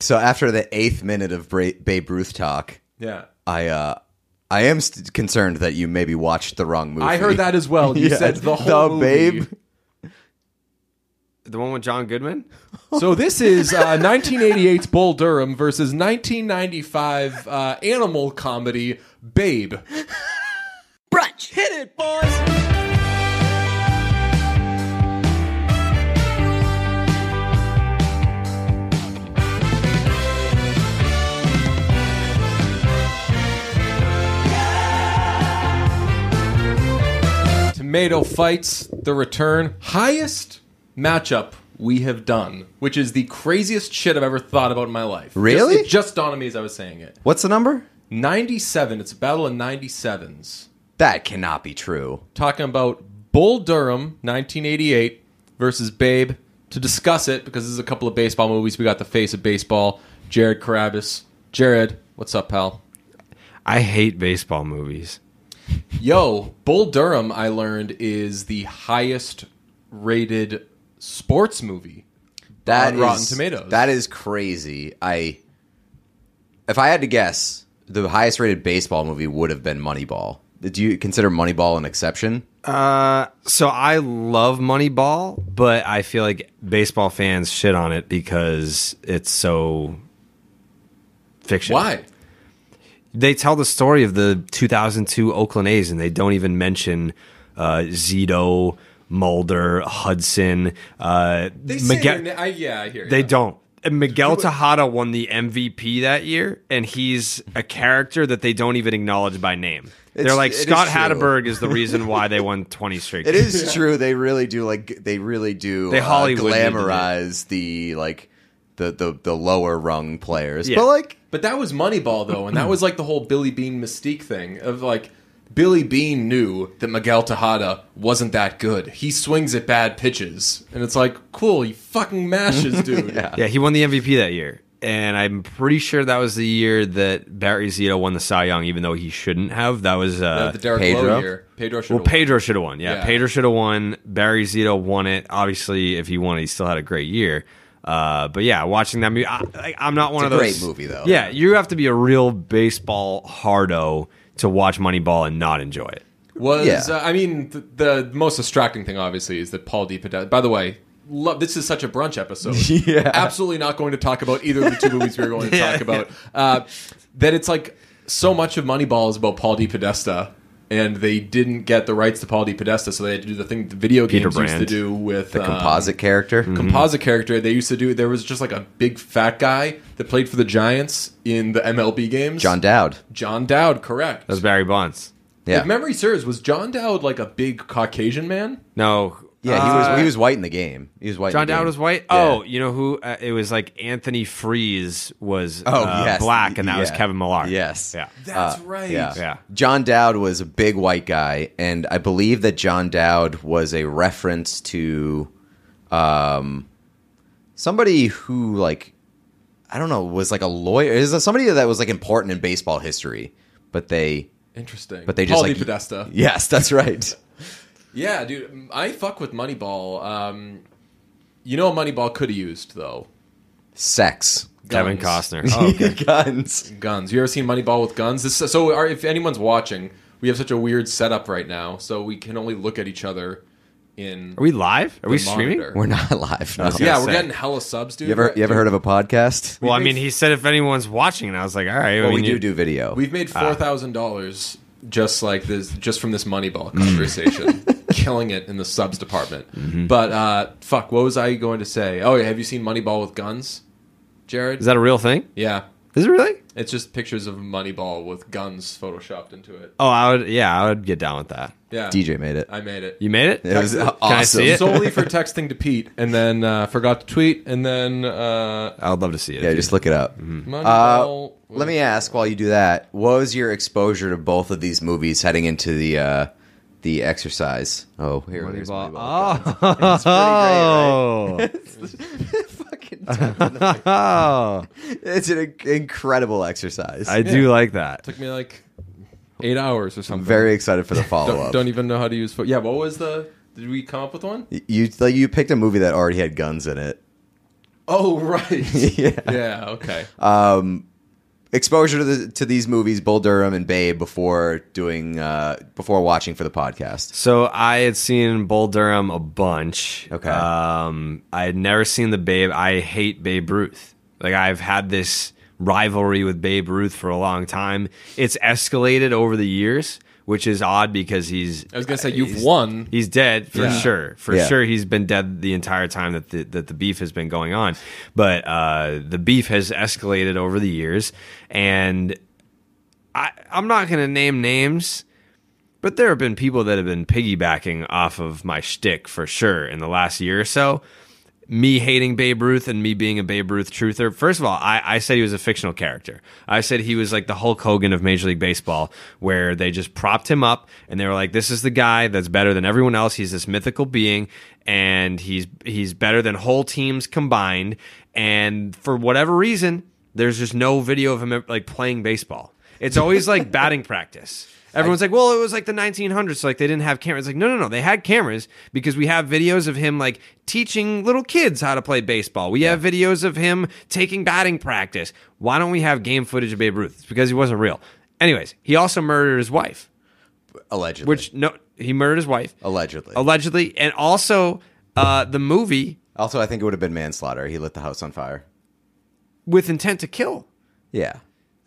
So after the eighth minute of Bra- Babe Ruth talk, Yeah. I uh, I am st- concerned that you maybe watched the wrong movie. I heard that as well. You Yeah, said the whole movie. Babe. The one with John Goodman? So this is uh, 1988's Bull Durham versus 1995 uh, animal comedy Babe. Brunch. Hit it, boys. Tomato fights the return highest matchup we have done, which is the craziest shit I've ever thought about in my life. Really? Just, it just dawned on me as I was saying it. What's the number? 97. It's a battle of 97s. That cannot be true. talking about Bull Durham, 1988, versus Babe to discuss it because there's a couple of baseball movies. We got the face of baseball, Jared Carabas. Jared, what's up, pal? I hate baseball movies. Yo, Bull Durham, I learned, is the highest rated sports movie. That on Rotten is- Tomatoes. That is crazy. I if I had to guess, the highest rated baseball movie would have been Moneyball. Do you consider Moneyball an exception? So I love Moneyball, but I feel like baseball fans shit on it because it's so fiction. Why? They tell the story of the 2002 Oakland A's and they don't even mention uh, Zito, Mulder, Hudson. Uh, They say Miguel- their na- I, yeah, I hear you. They don't. And Miguel Tejada won the MVP that year, and he's a character that they don't even acknowledge by name. They're It's- like it is Scott true. Hatterberg is the reason why they won 20 straight. It games." is true. They really do like they really do They uh, Hollywood needed it. glamorize the like the, the the lower rung players. Yeah. But like But that was Moneyball though, and Mm-hmm. that was like the whole Billy Bean mystique thing of like Billy Bean knew that Miguel Tejada wasn't that good. He swings at bad pitches, and it's like, cool, he fucking mashes, dude. Yeah, he won the MVP that year, and I'm pretty sure that was the year that Barry Zito won the Cy Young, even though he shouldn't have. That was uh, Uh, the Derek Lowe Pedro? year, Pedro should. well, Pedro should have won. Yeah, Yeah. Pedro should have won. Barry Zito won it. Obviously, if he won, it, he still had a great year. Uh, but yeah, watching that movie, I, I, I'm not one a of those great movie, though. Yeah, you have to be a real baseball hardo to watch Moneyball and not enjoy it. was. Yeah. Uh, I mean, th- the most distracting thing obviously is that Paul DiPadella. By the way. Love, this is such a brunch episode. Yeah. Absolutely not going to talk about either of the two movies we were going to talk about. Uh, that it's like so much of Moneyball is about Paul D. Podesta, and they didn't get the rights to Paul D. Podesta, so they had to do the thing that video games used to Brand. do with the um, composite character. Mm-hmm. composite character they used to do. There was just like a big fat guy that played for the Giants in the MLB games. John Dowd. John Dowd, correct. That was Barry Bonds. Yeah. If memory serves, was John Dowd like a big Caucasian man? No, yeah, he uh, was he was white in the game. He was white. in John the Dowd game. was white. Yeah. Oh, you know who? Uh, it was like Anthony Freeze was Oh, uh, yes. black, and that was Yeah. Kevin Millar. Yes. yeah. That's right. Yeah. Yeah. John Dowd was a big white guy, and I believe that John Dowd was a reference to um, somebody who, like, I don't know, was like a lawyer. Is that somebody that was like important in baseball history? But they, Interesting. but they just Paul like D. Podesta. Yes, that's right. Yeah, dude, I fuck with Moneyball. Um, you know what Moneyball could have used though? Sex, Kevin Guns. Costner. Oh, okay. guns. guns. You ever seen Moneyball with guns? This, so, our, if anyone's watching, we have such a weird setup right now, so we can only look at each other in. Are we live? Are we the streaming? monitor. We're not live. No. was gonna yeah, we're say. getting hella subs, dude. You ever you ever heard of a podcast? Well, I mean, he said if anyone's watching, and I was like, all right. Well, I Oh, we mean, do you- do video. We've made four thousand dollars just like this, just from this Moneyball conversation, killing it in the subs department. But uh, fuck, what was I going to say? Oh, yeah, have you seen Moneyball with guns, Jared? Is that a real thing? yeah, Is it really? it's just pictures of Moneyball with guns photoshopped into it. Oh, I would. Yeah, I would get down with that. Yeah, DJ made it. I made it. You made it. It was Can awesome. I see it? solely for texting to Pete, and then uh, forgot to tweet, and then uh, I would love to see it. Yeah, just look it up. Mm-hmm. Moneyball. Let me ask while you do that, what was your exposure to both of these movies heading into the uh, the exercise? Oh, here it is. Moneyball. Oh. Oh, It's an inc- incredible exercise. Oh. I do like that. Took me like eight hours or something. I'm very excited for the follow don't, up. don't even know how to use. Fo- yeah, e- what was the? Did we come up with one? You like you picked a movie that already had guns in it. Oh right. yeah. Okay. Exposure to, the, to these movies, Bull Durham and Babe, before doing uh, before watching for the podcast. So I had seen Bull Durham a bunch. Okay. Um, I had never seen the Babe. I hate Babe Ruth. Like I've had this rivalry with Babe Ruth for a long time. It's escalated over the years, which is odd because he's. I was gonna say you've he's- won. He's dead for Yeah. sure. For Yeah. sure, he's been dead the entire time that the, that the beef has been going on. But uh, the beef has escalated over the years, and I, I'm not going to name names, but there have been people that have been piggybacking off of my shtick for sure in the last year or so. Me hating Babe Ruth and me being a Babe Ruth truther. First of all, I, I said he was a fictional character. I said he was like the Hulk Hogan of Major League Baseball, where they just propped him up and they were like, "This is the guy that's better than everyone else. He's this mythical being, and he's he's better than whole teams combined." And for whatever reason, there's just no video of him like playing baseball. It's always like batting practice. Everyone's like, well, it was like the 1900s, so like they didn't have cameras. Like, no, no, no, they had cameras because we have videos of him like teaching little kids how to play baseball. We have videos of him taking batting practice. Why don't we have game footage of Babe Ruth? It's because he wasn't real. Anyways, he also murdered his wife, Allegedly, which no, he murdered his wife allegedly. allegedly, and also uh, the movie also, I think it would have been manslaughter. He lit the house on fire. with intent to kill. Yeah.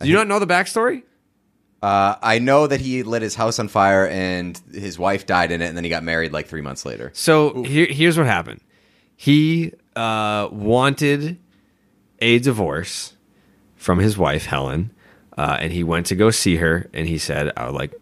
Do you not know the backstory? Uh, I know that he lit his house on fire and his wife died in it, and then he got married like three months later. So here, here's what happened. He uh, wanted a divorce from his wife Helen, uh, and he went to go see her, and he said, "I would like,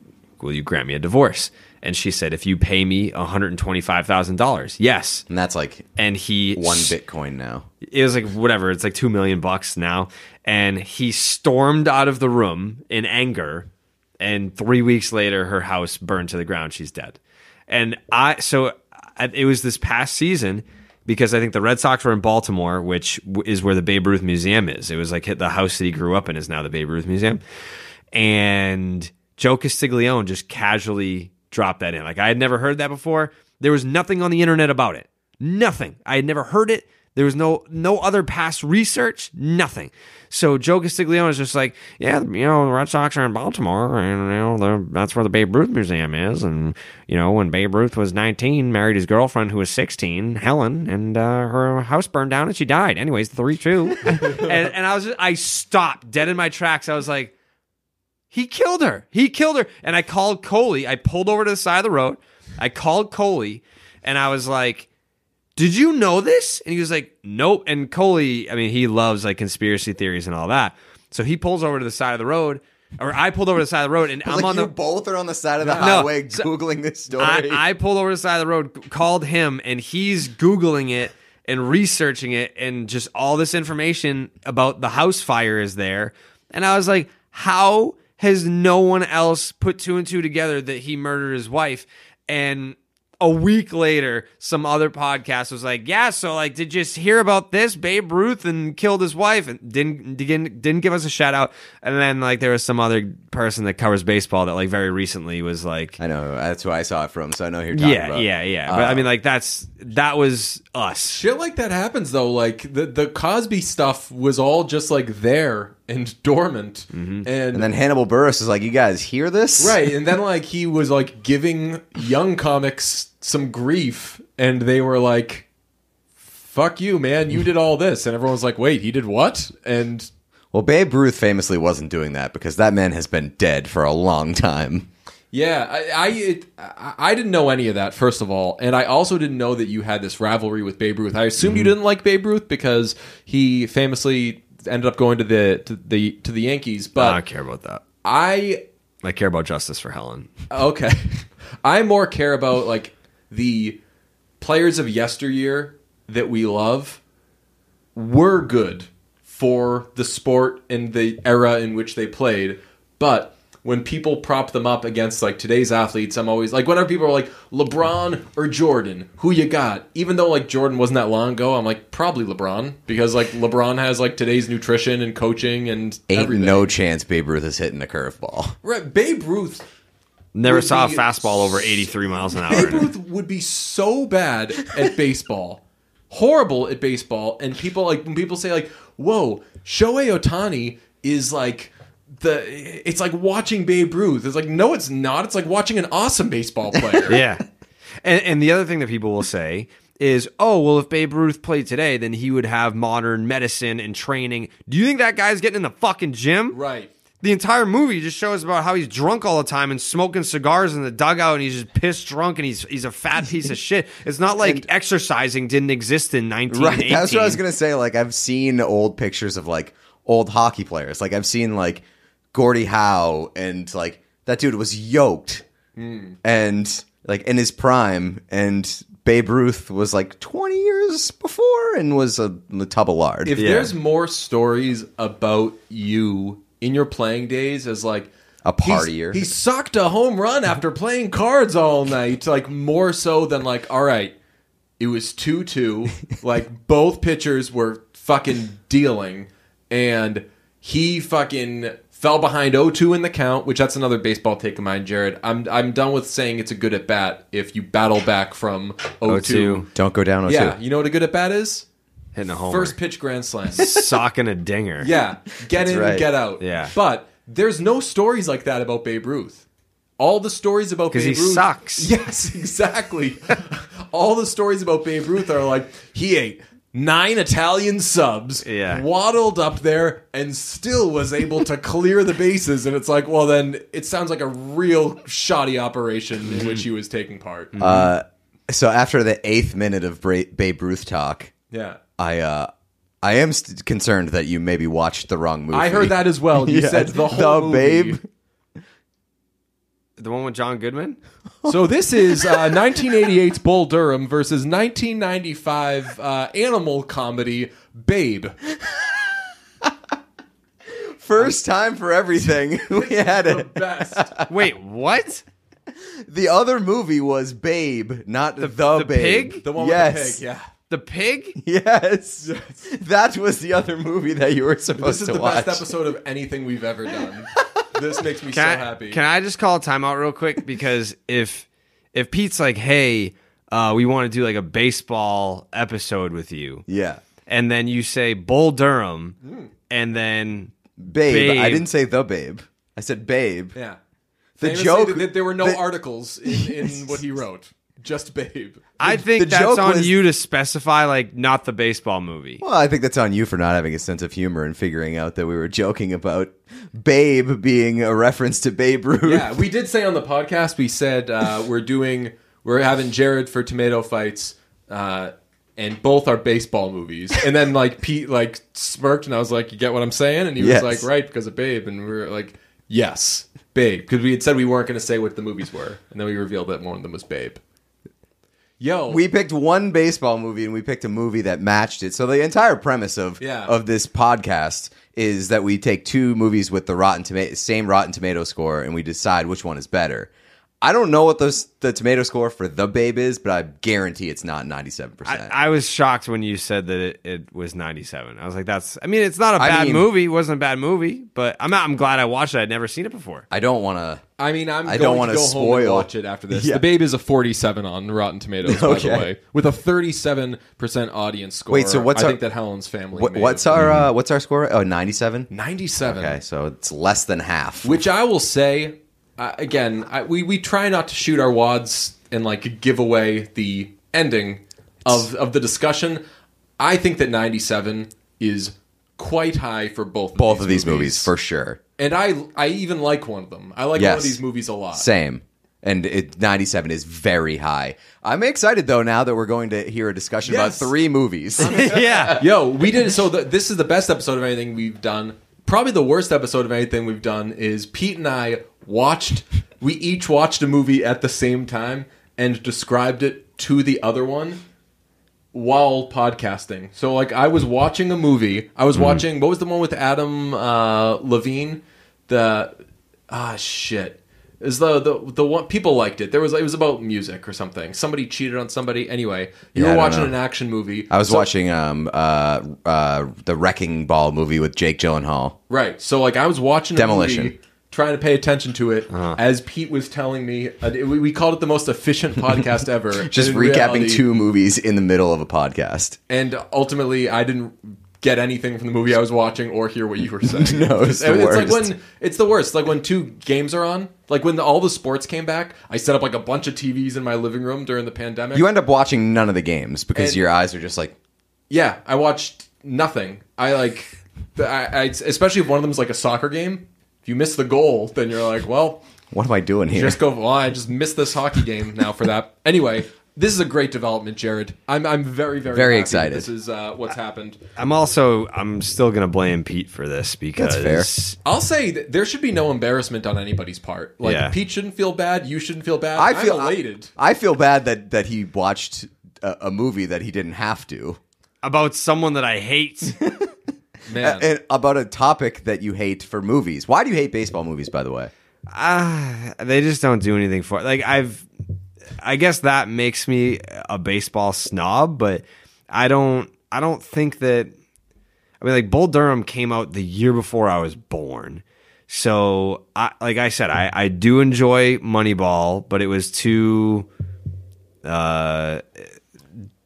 will you grant me a divorce?" And she said, "If you pay me one hundred and twenty-five thousand dollars, yes." And that's like And he one Bitcoin now. it was like whatever it's like 2 million bucks now and he stormed out of the room in anger and 3 weeks later her house burned to the ground she's dead and i so I, it was this past season because i think the red sox were in baltimore which w- is where the babe ruth museum is it was like hit the house that he grew up in is now the babe ruth museum and Joe Castiglione just casually dropped that in. Like I had never heard that before. There was nothing on the internet about it. Nothing. I had never heard it. There was no no other past research. Nothing. So Joe Castiglione is just like, yeah, you know, the Red Sox are in Baltimore, and you know the, that's where the Babe Ruth Museum is. And you know, when Babe Ruth was 19, married his girlfriend who was 16, Helen, and uh, her house burned down and she died. Anyways, three two. and, and I was just, I stopped dead in my tracks. I was like, he killed her. He killed her. And I called Coley. I pulled over to the side of the road. I called Coley and I was like, Did you know this? And he was like, Nope. And Coley, I mean, he loves like conspiracy theories and all that. So he pulls over to the side of the road, or I pulled over to the side of the road and I'm like on you the. both are on the side of the No, highway so- googling this story. I, I pulled over to the side of the road, g- called him, and he's Googling it and researching it, and just all this information about the house fire is there. And I was like, how has no one else put two and two together that he murdered his wife? And a week later, some other podcast was like, "Yeah, so like, did you just hear about this Babe Ruth and killed his wife and didn't didn't didn't give us a shout out?" And then like there was some other person that covers baseball that like very recently was like, I know that's who I saw it from, so I know who you're talking yeah, about. Uh, yeah, yeah. But I mean, like that's that was us. Shit like that happens though. Like the the Cosby stuff was all just like there and dormant, and, Mm-hmm. And then Hannibal Burris is like, "You guys hear this? right, and then like he was like giving young comics some grief, and they were like, "Fuck you, man! You did all this," and everyone was like, "Wait, he did what?" And Well, Babe Ruth famously wasn't doing that because that man has been dead for a long time. Yeah, I I, it, I I didn't know any of that first of all, and I also didn't know that you had this rivalry with Babe Ruth. I assumed you didn't like Babe Ruth because he famously ended up going to the to the to the Yankees. I don't But care about that. I I care about justice for Helen. okay, I more care about like the players of yesteryear that we love were good for the sport and the era in which they played. But when people prop them up against like today's athletes, I'm always like whenever people are like LeBron or Jordan, who you got? Even though like Jordan wasn't that long ago, I'm like probably LeBron because like LeBron has like today's nutrition and coaching and Ain't everything. no chance Babe Ruth is hitting a curveball. right, Babe Ruth Never Would saw a be fastball over eighty three miles an hour. Babe Ruth would be so bad at baseball horrible at baseball, and people like when people say like, "Whoa, Shohei Otani is like." The it's like watching Babe Ruth. It's like no, it's not. It's like watching an awesome baseball player. yeah. And, and the other thing that people will say is, oh, well, if Babe Ruth played today, then he would have modern medicine and training. Do you think that guy's getting in the fucking gym? right. The entire movie just shows about how he's drunk all the time and smoking cigars in the dugout, and he's just pissed drunk, and he's he's a fat piece of shit. It's not like exercising didn't exist in nineteen Right. eighteen. That's what I was gonna say. Like I've seen old pictures of like old hockey players. Like I've seen like Gordie Howe and like that dude was yoked Hmm. and like in his prime and Babe Ruth was like 20 years before and was a, a tub of lard. If Yeah. there's more stories about you in your playing days as like A he's- partier. he sucked a home run after playing cards all night, like more so than like, all right, it was two two, like both pitchers were fucking dealing, and he fucking fell behind 0-2 in the count, which that's another baseball take of mine, Jared. I'm I'm done with saying it's a good at bat if you battle back from 0-2. 0-2. Don't go down 0 Yeah, you know what a good at bat is? hitting a homer, First pitch grand slam. socking a dinger. Yeah, get in, right. get out. Yeah. but there's no stories like that about Babe Ruth. All the stories about Babe 'Cause he Ruth sucks. Yes, exactly. All the stories about Babe Ruth are like he ate nine Italian subs, Yeah. waddled up there, and still was able to clear the bases. And it's like, well, then it sounds like a real shoddy operation in which he was taking part. Mm-hmm. Uh, So after the eighth minute of Bra- Babe Ruth talk, yeah. I uh, I am st- concerned that you maybe watched the wrong movie. I heard that as well. You Yeah, said the whole movie. Babe. the one with John Goodman. So this is uh, 1988's Bull Durham versus 1995 uh, animal comedy Babe. First time for everything. we had The it. best. Wait, what? The other movie was Babe, not the, the Babe. pig? The one with yes. the pig. Yeah. The pig? Yeah. Yes. That was the other movie that you were supposed This is to the watch. best episode of anything we've ever done. This makes me Can so I, happy. Can I just call a timeout real quick? Because if if Pete's like, hey, uh, we want to do like a baseball episode with you, Yeah. Hmm. and then you say Bull Durham, and then Babe. I Babe. didn't say the Babe. I said Babe. yeah. The Famously, joke- that- that there were no the- articles in, in what he wrote. Just Babe. I think the joke that's on was- you to specify like not the baseball movie. Well, I think that's on you for not having a sense of humor and figuring out that we were joking about Babe being a reference to Babe Ruth. Yeah, we did say on the podcast we said uh, we're doing we're having Jared for tomato fights, uh, and both are baseball movies. And then like Pete like smirked, and I was like, "You get what I'm saying?" And he Yes. was like, "Right," because of Babe, and we were like, "Yes, Babe," because we had said we weren't going to say what the movies were, and then we revealed that one of them was Babe. Yo, We picked one baseball movie and we picked a movie that matched it. So the entire premise of Yeah. of this podcast is that we take two movies with the Rotten Tomato same Rotten Tomato score and we decide which one is better. I don't know what those the tomato score for The Babe is, but I guarantee it's not ninety seven percent. I, I was shocked when you said that it, it was 97. I was like, that's, I mean, it's not a I bad mean- movie. It wasn't a bad movie, but I'm not, I'm glad I watched it. I'd never seen it before. I don't want to. I mean, I'm I going don't to wanna go home and spoil. watch it after this. Yeah. The Babe is a 47 on Rotten Tomatoes, by Okay. the way, with a 37 percent audience score. Wait, so what's I our- think that Helen's family? What, made what's of- our uh, what's our score? Oh, 97? 97? Okay, so it's less than half. Mm-hmm. Which I will say, uh, again, I, we we try not to shoot our wads and like give away the ending of of the discussion. I think that 97 is quite high for both of Both these of these movies. movies for sure. and I I even like one of them. I like one of Yes. these movies a lot. Same. And it, 97 is very high. I'm excited though now that we're going to hear a discussion Yes. about three movies. yeah. Yo, we did so. The, this is the best episode of anything we've done. Probably the worst episode of anything we've done is Pete and I watched. We each watched a movie at the same time and described it to the other one while podcasting. So like I was watching a movie. I was Mm-hmm. watching what was the one with Adam uh, Levine? The ah shit. Is the, the the one people liked it? There was it was about music or something. Somebody cheated on somebody. Anyway, you Yeah, I were don't watching know. an action movie. I was So- watching um uh uh the Wrecking Ball movie with Jake Gyllenhaal. Right. So like I was watching a Demolition. movie trying to pay attention to it as Pete was telling me. uh, we, we called it the most efficient podcast ever. Just In recapping reality- two movies in the middle of a podcast. And ultimately, I didn't get anything from the movie I was watching or hear what you were saying. No, it's the like worst. when it's the worst. Like when two games are on. Like when the, all the sports came back, I set up like a bunch of TVs in my living room during the pandemic. You end up watching none of the games because And- your eyes are just like yeah, I watched nothing. I like, the, I, I especially if one of them is like a soccer game. If you miss the goal, then you're like, well, What am I doing here? Just go. Well, I just missed this hockey game now for that. Anyway, this is a great development, Jared. I'm I'm very very Very happy that excited. This is uh, what's happened. I'm also I'm still gonna blame Pete for this because fair. I'll say that there should be no embarrassment on anybody's part. Like Yeah. Pete shouldn't feel bad. You shouldn't feel bad. I feel I'm elated. I, I feel bad that that he watched a, a movie that he didn't have to, about someone that I hate. Man, and about a topic that you hate for movies. Why do you hate baseball movies? By the way, Ah, they just don't do anything for it. Like I've, I guess that makes me a baseball snob, but I don't. I don't think that. I mean, like Bull Durham came out the year before I was born, so I, like I said, I I do enjoy Moneyball, but it was too, uh,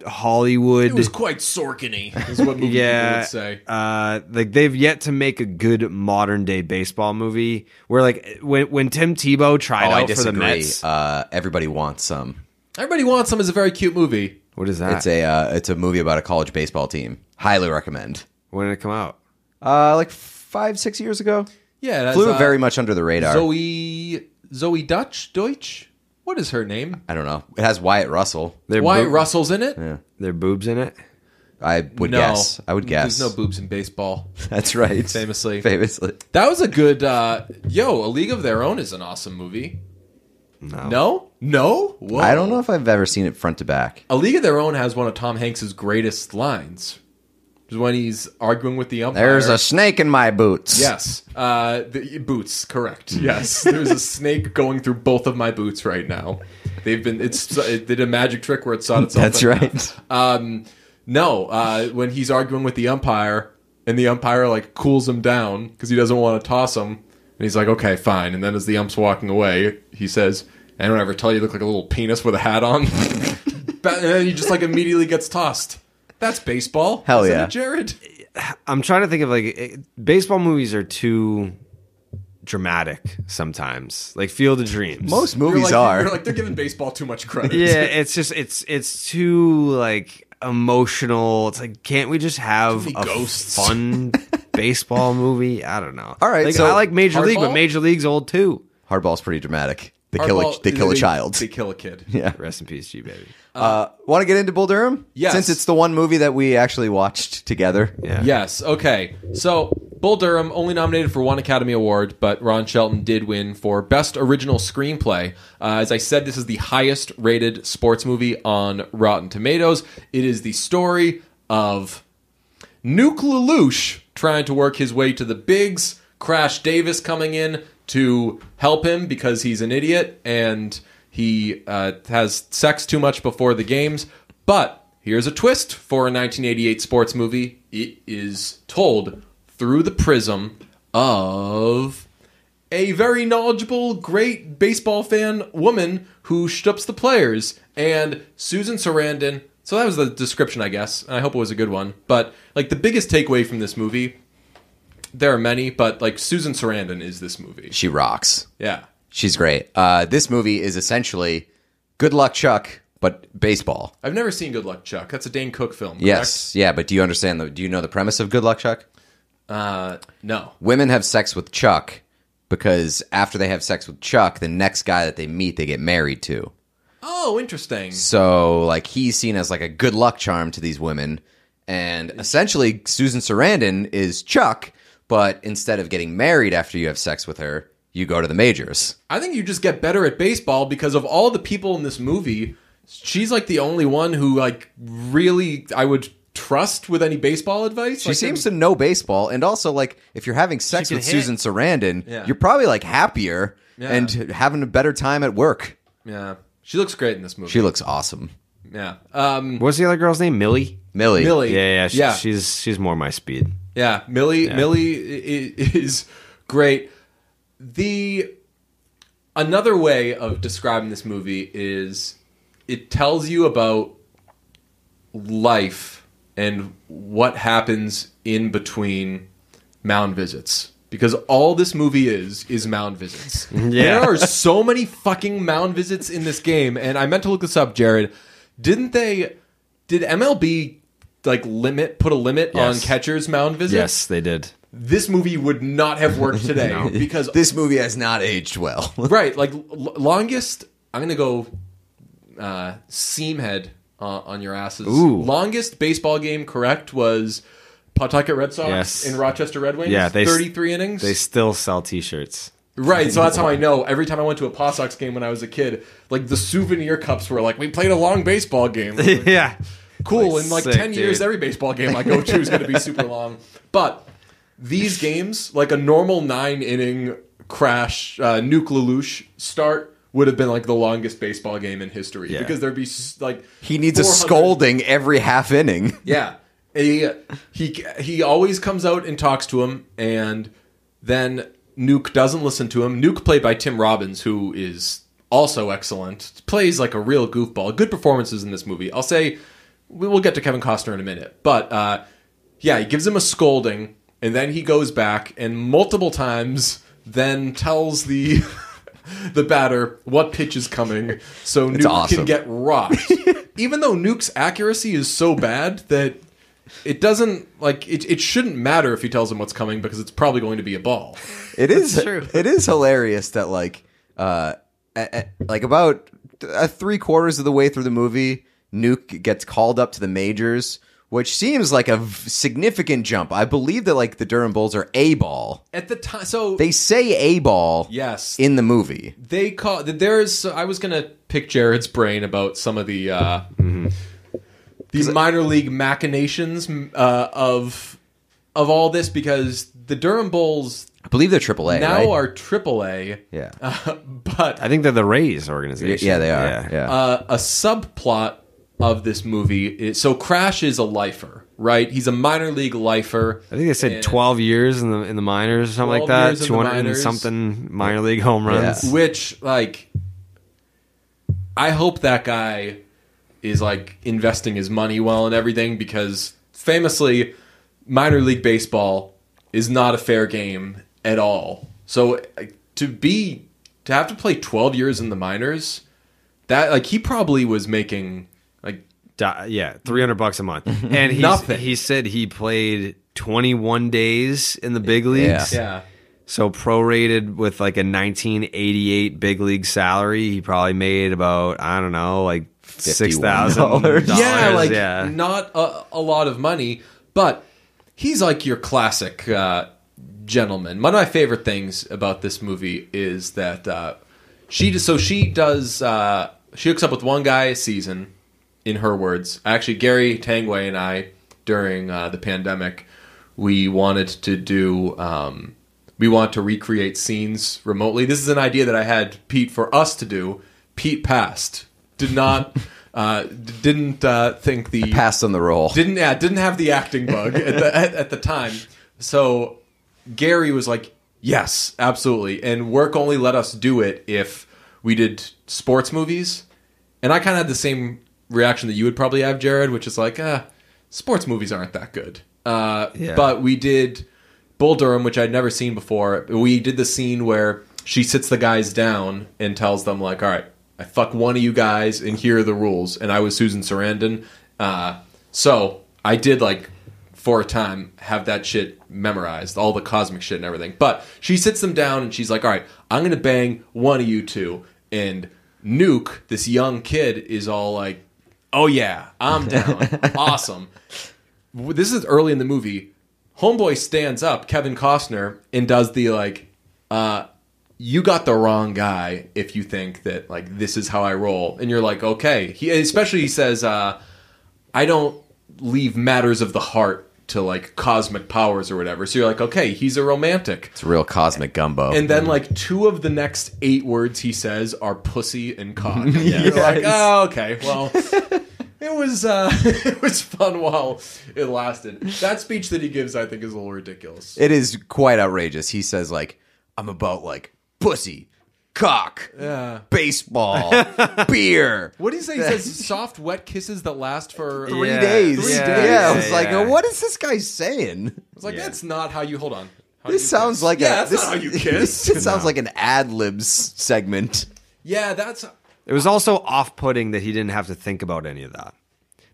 Hollywood. it was quite Sorkin-y, is what movie people yeah, would say. Uh, like they've yet to make a good modern day baseball movie where like when when Tim Tebow tried oh, I out for the disagree. Mets. Uh, everybody wants some. Everybody wants him is a very cute movie. what is that? It's a uh, it's a movie about a college baseball team. Highly recommend. when did it come out? Uh, like five six years ago, Yeah, it has, flew uh, very much under the radar. Zoe Zoe Dutch Deutsch. What is her name? I don't know. It has Wyatt Russell. Their Wyatt boob- Russell's in it. Their boobs in it. I would guess. I would guess. There's no boobs in baseball. That's right. Famously. Famously. That was a good. Uh, yo, A League of Their Own is an awesome movie. No. No, no. Whoa. I don't know if I've ever seen it front to back. A League of Their Own has one of Tom Hanks's greatest lines, which is when he's arguing with the umpire. There's a snake in my boots. yes, uh, the boots. Correct. Hmm. Yes, there's a snake going through both of my boots right now. They've been. It's it did a magic trick where it sawed itself. That's in right. Um, no, uh, when he's arguing with the umpire, and the umpire like cools him down because he doesn't want to toss him, and he's like, "Okay, fine." And then as the ump's walking away, he says, "Anyone ever tell you you look like a little penis with a hat on?" But- and then he just like immediately gets tossed. That's baseball. Hell Isn't yeah. it, Jared. I'm trying to think of like it, baseball movies are too dramatic sometimes. Like Field of Dreams. Most You're movies like, are. You're like they're giving baseball too much credit. yeah, it's just it's it's too like emotional. It's like can't we just have a many ghosts. fun baseball movie? I don't know. All right, like, so- I like Major League, Hardball? but Major League's old too. Hardball's pretty dramatic. They kill a, Hardball- they kill a child. They kill a kid. yeah. Rest in peace, G baby. Uh, Want to get into Bull Durham? Yes. Since it's the one movie that we actually watched together. Yeah. Yes. Okay. So Bull Durham only nominated for one Academy Award, but Ron Shelton did win for Best Original Screenplay. Uh, as I said, this is the highest rated sports movie on Rotten Tomatoes. It is the story of Nuke LaLoosh trying to work his way to the bigs. Crash Davis coming in to help him because he's an idiot and he uh, has sex too much before the games. But here's a twist for a 1988 sports movie it is told through the prism of a very knowledgeable, great baseball fan woman who shtups the players, and Susan Sarandon. So that was the description, I guess. and I hope it was a good one. But like the biggest takeaway from this movie, there are many, but like Susan Sarandon is this movie. She rocks. Yeah, She's great. Uh, this movie is essentially Good Luck Chuck, but baseball. I've never seen Good Luck Chuck. That's a Dane Cook film. correct? Yes. Yeah, but do you understand the do you know the premise of Good Luck Chuck? Uh, no. women have sex with Chuck because after they have sex with Chuck, the next guy that they meet, they get married to. Oh, interesting. So, like, he's seen as like a good luck charm to these women. And essentially, Susan Sarandon is Chuck, but instead of getting married after you have sex with her, you go to the majors. I think you just get better at baseball because of all the people in this movie. She's like the only one who like really I would trust with any baseball advice. She seems to know baseball, and also like if you're having sex can with hit. Susan Sarandon, Yeah. you're probably like happier Yeah. and having a better time at work. Yeah, she looks great in this movie. She looks awesome, yeah, um, What's the other girl's name? Millie. Millie. Millie. Yeah, yeah, she, yeah, She's she's more my speed. yeah. Millie, Millie i- i- is great. the another way of describing this movie is it tells you about life and what happens in between mound visits because all this movie is is mound visits. There are so many fucking mound visits in this game and I meant to look this up Jared. Didn't they did MLB like limit put a limit Yes. on catchers mound visits? Yes, they did. This movie would not have worked today because This movie has not aged well. right like l- longest i'm gonna go uh seam head uh, on your asses Ooh. longest baseball game correct was pawtucket red sox Yes. in rochester red wings Yeah, they s- 33 innings They still sell T-shirts. right so that's how i know every time i went to a paw sox game when i was a kid like the souvenir cups were like we played a long baseball game yeah, cool. Like, in like sick, 10 years, dude. every baseball game I go to is going to be super long. But these games, like a normal nine inning crash, uh, Nuke Lelouch start would have been like the longest baseball game in history Yeah. because there'd be s- like He needs a 400 scolding every half inning. yeah. He, he he always comes out and talks to him, and then Nuke doesn't listen to him. Nuke, played by Tim Robbins, who is also excellent, plays like a real goofball. Good performances in this movie. I'll say we will get to Kevin Costner in a minute, but uh, yeah, he gives him a scolding, and then he goes back and multiple times then tells the the batter what pitch is coming, so Nuke awesome. can get rocked. Even though Nuke's accuracy is so bad that it doesn't like it, it shouldn't matter if he tells him what's coming because it's probably going to be a ball. It is true. It is hilarious that like uh a- a- like about uh, three quarters of the way through the movie, Nuke gets called up to the majors, which seems like a v- significant jump. I believe that like the Durham Bulls are a ball. At the time, so They say a ball yes, in the movie. they call there's i was gonna pick jared's brain about some of the uh the minor league machinations m- uh of of all this because the durham bulls I believe they're AAA. now Oh, right? are triple a yeah. but I think they're the Rays organization. yeah, they are. Yeah. uh, a subplot of this movie is so crash is a lifer right he's a minor league lifer I think they said And- 12 years in the in the minors or something like 12 that. years in the 200 and minors. something minor league home runs. which like i hope that guy is like investing his money well and everything because famously minor league baseball is not a fair game at all so like, to be to have to play 12 years in the minors that like he probably was making like Di- yeah, 300 bucks a month. And he's, Nothing. he said he played 21 days in the big leagues. yeah So prorated with like a 1988 big league salary, he probably made about I don't know, like six thousand. $51. yeah, like yeah. not a, a lot of money, but he's like your classic uh, gentleman. One of my favorite things about this movie is that uh, she does, so she does uh, she hooks up with one guy a season, in her words. Actually, Gary Tangway and I during uh, the pandemic, we wanted to do. Um, we want to recreate scenes remotely. This is an idea that I had Pete for us to do. Pete passed. Did not. Uh, d- didn't uh, think the Passed on the roll. didn't yeah, didn't have the acting bug at the at, at the time. So Gary was like, "Yes, absolutely." And work only let us do it if we did sports movies. And I kind of had the same reaction that you would probably have, Jared, which is like, "Ah, sports movies aren't that good." Uh, Yeah. But we did Bull Durham, which I'd never seen before. We did the scene where she sits the guys down and tells them, like, all right, I fuck one of you guys, and here are the rules. And I was Susan Sarandon. Uh, so I did, like, for a time, have that shit memorized, all the cosmic shit and everything. But she sits them down and she's like, all right, I'm going to bang one of you two. And Nuke, this young kid, is all like, oh yeah, I'm down. awesome this is early in the movie. Homeboy stands up, Kevin Costner, and does the like, uh, you got the wrong guy if you think that like this is how I roll. And you're like, okay. He especially he says, uh, I don't leave matters of the heart to like cosmic powers or whatever. So you're like, okay, he's a romantic. It's real cosmic gumbo. And then like two of the next eight words he says are pussy and cock. And You're like, oh, okay, well. It was uh, it was fun while it lasted. That speech that he gives, I think, is a little ridiculous. it is quite outrageous. He says like, I'm about like pussy, cock, Yeah. baseball, beer. What do you say? He says soft, wet kisses that last for. Three Yeah, days. three yeah, days. Yeah, I was Yeah, like, yeah. what is this guy saying? It's like Yeah. that's not how you hold on. How do This you sounds kiss? like yeah, a that's this, not how you kiss. It sounds like an ad libs segment. yeah, that's It was also off-putting that he didn't have to think about any of that.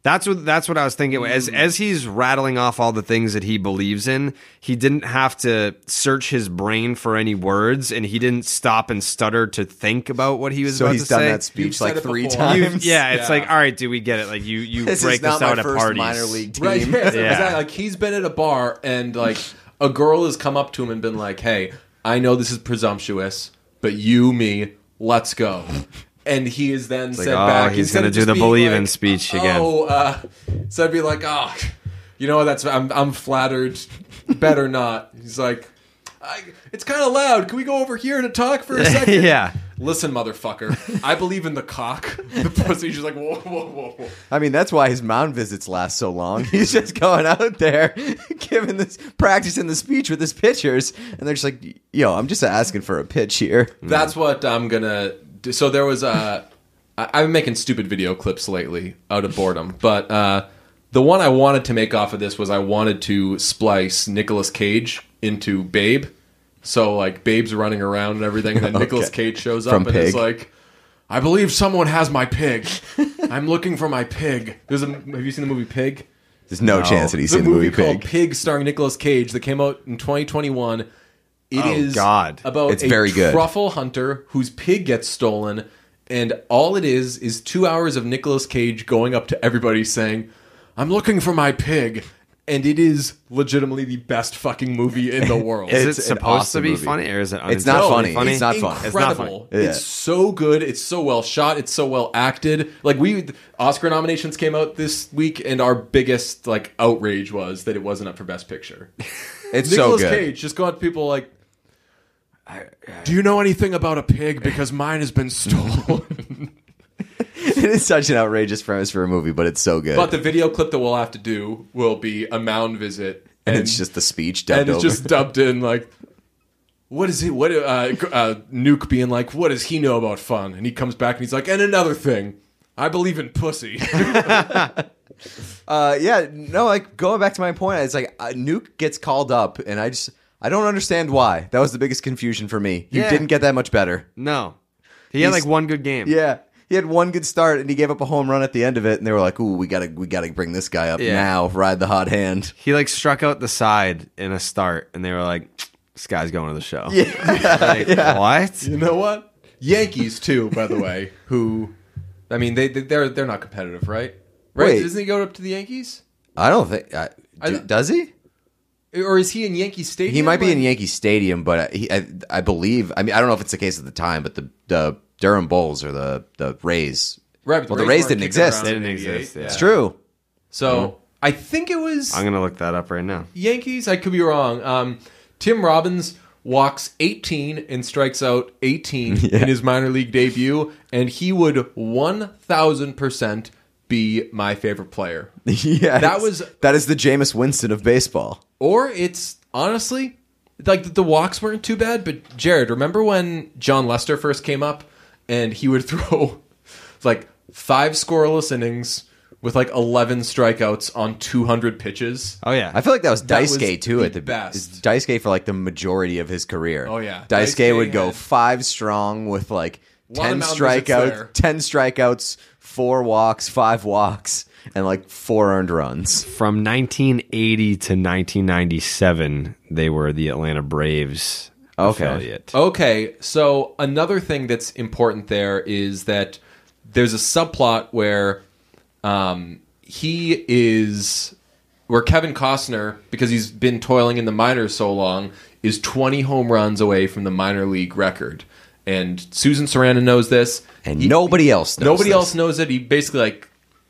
That's what that's what I was thinking. As as he's rattling off all the things that he believes in, he didn't have to search his brain for any words, and he didn't stop and stutter to think about what he was So about he's to done say. that You've speech said like it three before. You- times. yeah, it's Yeah. like all right, do we get it? Like you you This break is not this out my at first parties. minor league team. right. Yeah, Yeah. exactly. Like he's been at a bar and like a girl has come up to him and been like, "Hey, I know this is presumptuous, but you, me, let's go." And he is then said "Oh, back, he's instead gonna of do just the being believe like, in speech again. Oh, uh, so I'd be like, "Oh, you know what? That's I'm I'm flattered. Better not." He's like. I, it's kind of loud. Can we go over here to talk for a second? yeah. Listen, motherfucker. I believe in the cock. The pussy's just like whoa, whoa, whoa, whoa. I mean, that's why his mound visits last so long. He's just going out there, giving this, practicing the speech with his pitchers, and they're just like, "Yo, I'm just asking for a pitch here." That's what I'm gonna do. So there was a. I, I've been making stupid video clips lately out of boredom, but uh, the one I wanted to make off of this was I wanted to splice Nicolas Cage into Babe. So like Babe's running around and everything, and then Nicolas Okay. Cage shows up From and is Pig. like, "I believe someone has my pig. I'm looking for my pig." There's a. Have you seen the movie Pig? There's no, chance that he's There's seen a the movie called Pig. Pig starring Nicolas Cage that came out in 2021. It is Oh, God. about It's a very good. truffle hunter whose pig gets stolen, and all it is is two hours of Nicolas Cage going up to everybody saying, "I'm looking for my pig," and it is legitimately the best fucking movie in the world. Is It's it an supposed awesome to be movie. funny or is it It's not unintentionally funny. It's not funny. It's not Incredible. funny. Yeah. It's so good. It's so well shot. It's so well acted. Like we Oscar nominations came out this week, and our biggest like outrage was that it wasn't up for Best Picture. It's so Nicolas good. Cage just go out to people like, "Do you know anything about a pig? Because mine has been stolen." It is such an outrageous premise for a movie, but it's so good. but the video clip that we'll have to do will be a mound visit, and, it's just the speech dubbed and it's over. just dubbed in like what is he what uh, uh nuke being like what does he know about fun and he comes back and he's like and another thing i believe in pussy Uh, yeah, no, like going back to my point, it's like uh, Nuke gets called up, and I just I don't understand why. That was the biggest confusion for me. You Yeah. didn't get that much better. No. He had He's- like one good game. Yeah, he had one good start, and he gave up a home run at the end of it, and they were like, "Ooh, we gotta we gotta bring this guy up Yeah. now. Ride the hot hand." He like struck out the side in a start and they were like this guy's going to the show. Like, What? you know what yankees too by the way who i mean they, they they're they're not competitive right right Wait. doesn't he go up to the yankees I don't think I, I- do- does he. or is he in yankee stadium He might be Like- in Yankee Stadium, but uh, he, I, I believe. I mean, I don't know if it's the case at the time, but the the Durham Bulls or the the Rays. right, but well, the Rays didn't weren't kicking exist. Mm-hmm. around They in didn't 88. exist, yeah. It's true. so i think it was I'm going to look that up right now. Yankees. I could be wrong. Um, Tim Robbins walks 18 and strikes out 18 in his minor league debut, and he would 1,000% be my favorite player. yeah, That was- that is the Jameis Winston of baseball. Or it's honestly like the, the walks weren't too bad, but Jared, remember when John Lester first came up and he would throw like five scoreless innings with like 11 strikeouts on 200 pitches? Oh yeah. I feel like that was That was Daisuke too the at the best. Daisuke for like the majority of his career. Oh, yeah. Daisuke Daisuke would go had- five strong with like Lot of ten mound visits there. strikeouts, ten strikeouts, four walks, five walks, and like four earned runs. From 1980 to 1997, they were the Atlanta Braves Okay. affiliate. Oh, Okay, so another thing that's important there is that there's a subplot where um, he is, where Kevin Costner, because he's been toiling in the minors so long, is 20 home runs away from the minor league record. And Susan Sarandon knows this. And He- nobody else knows. Nobody this. else knows it. He basically like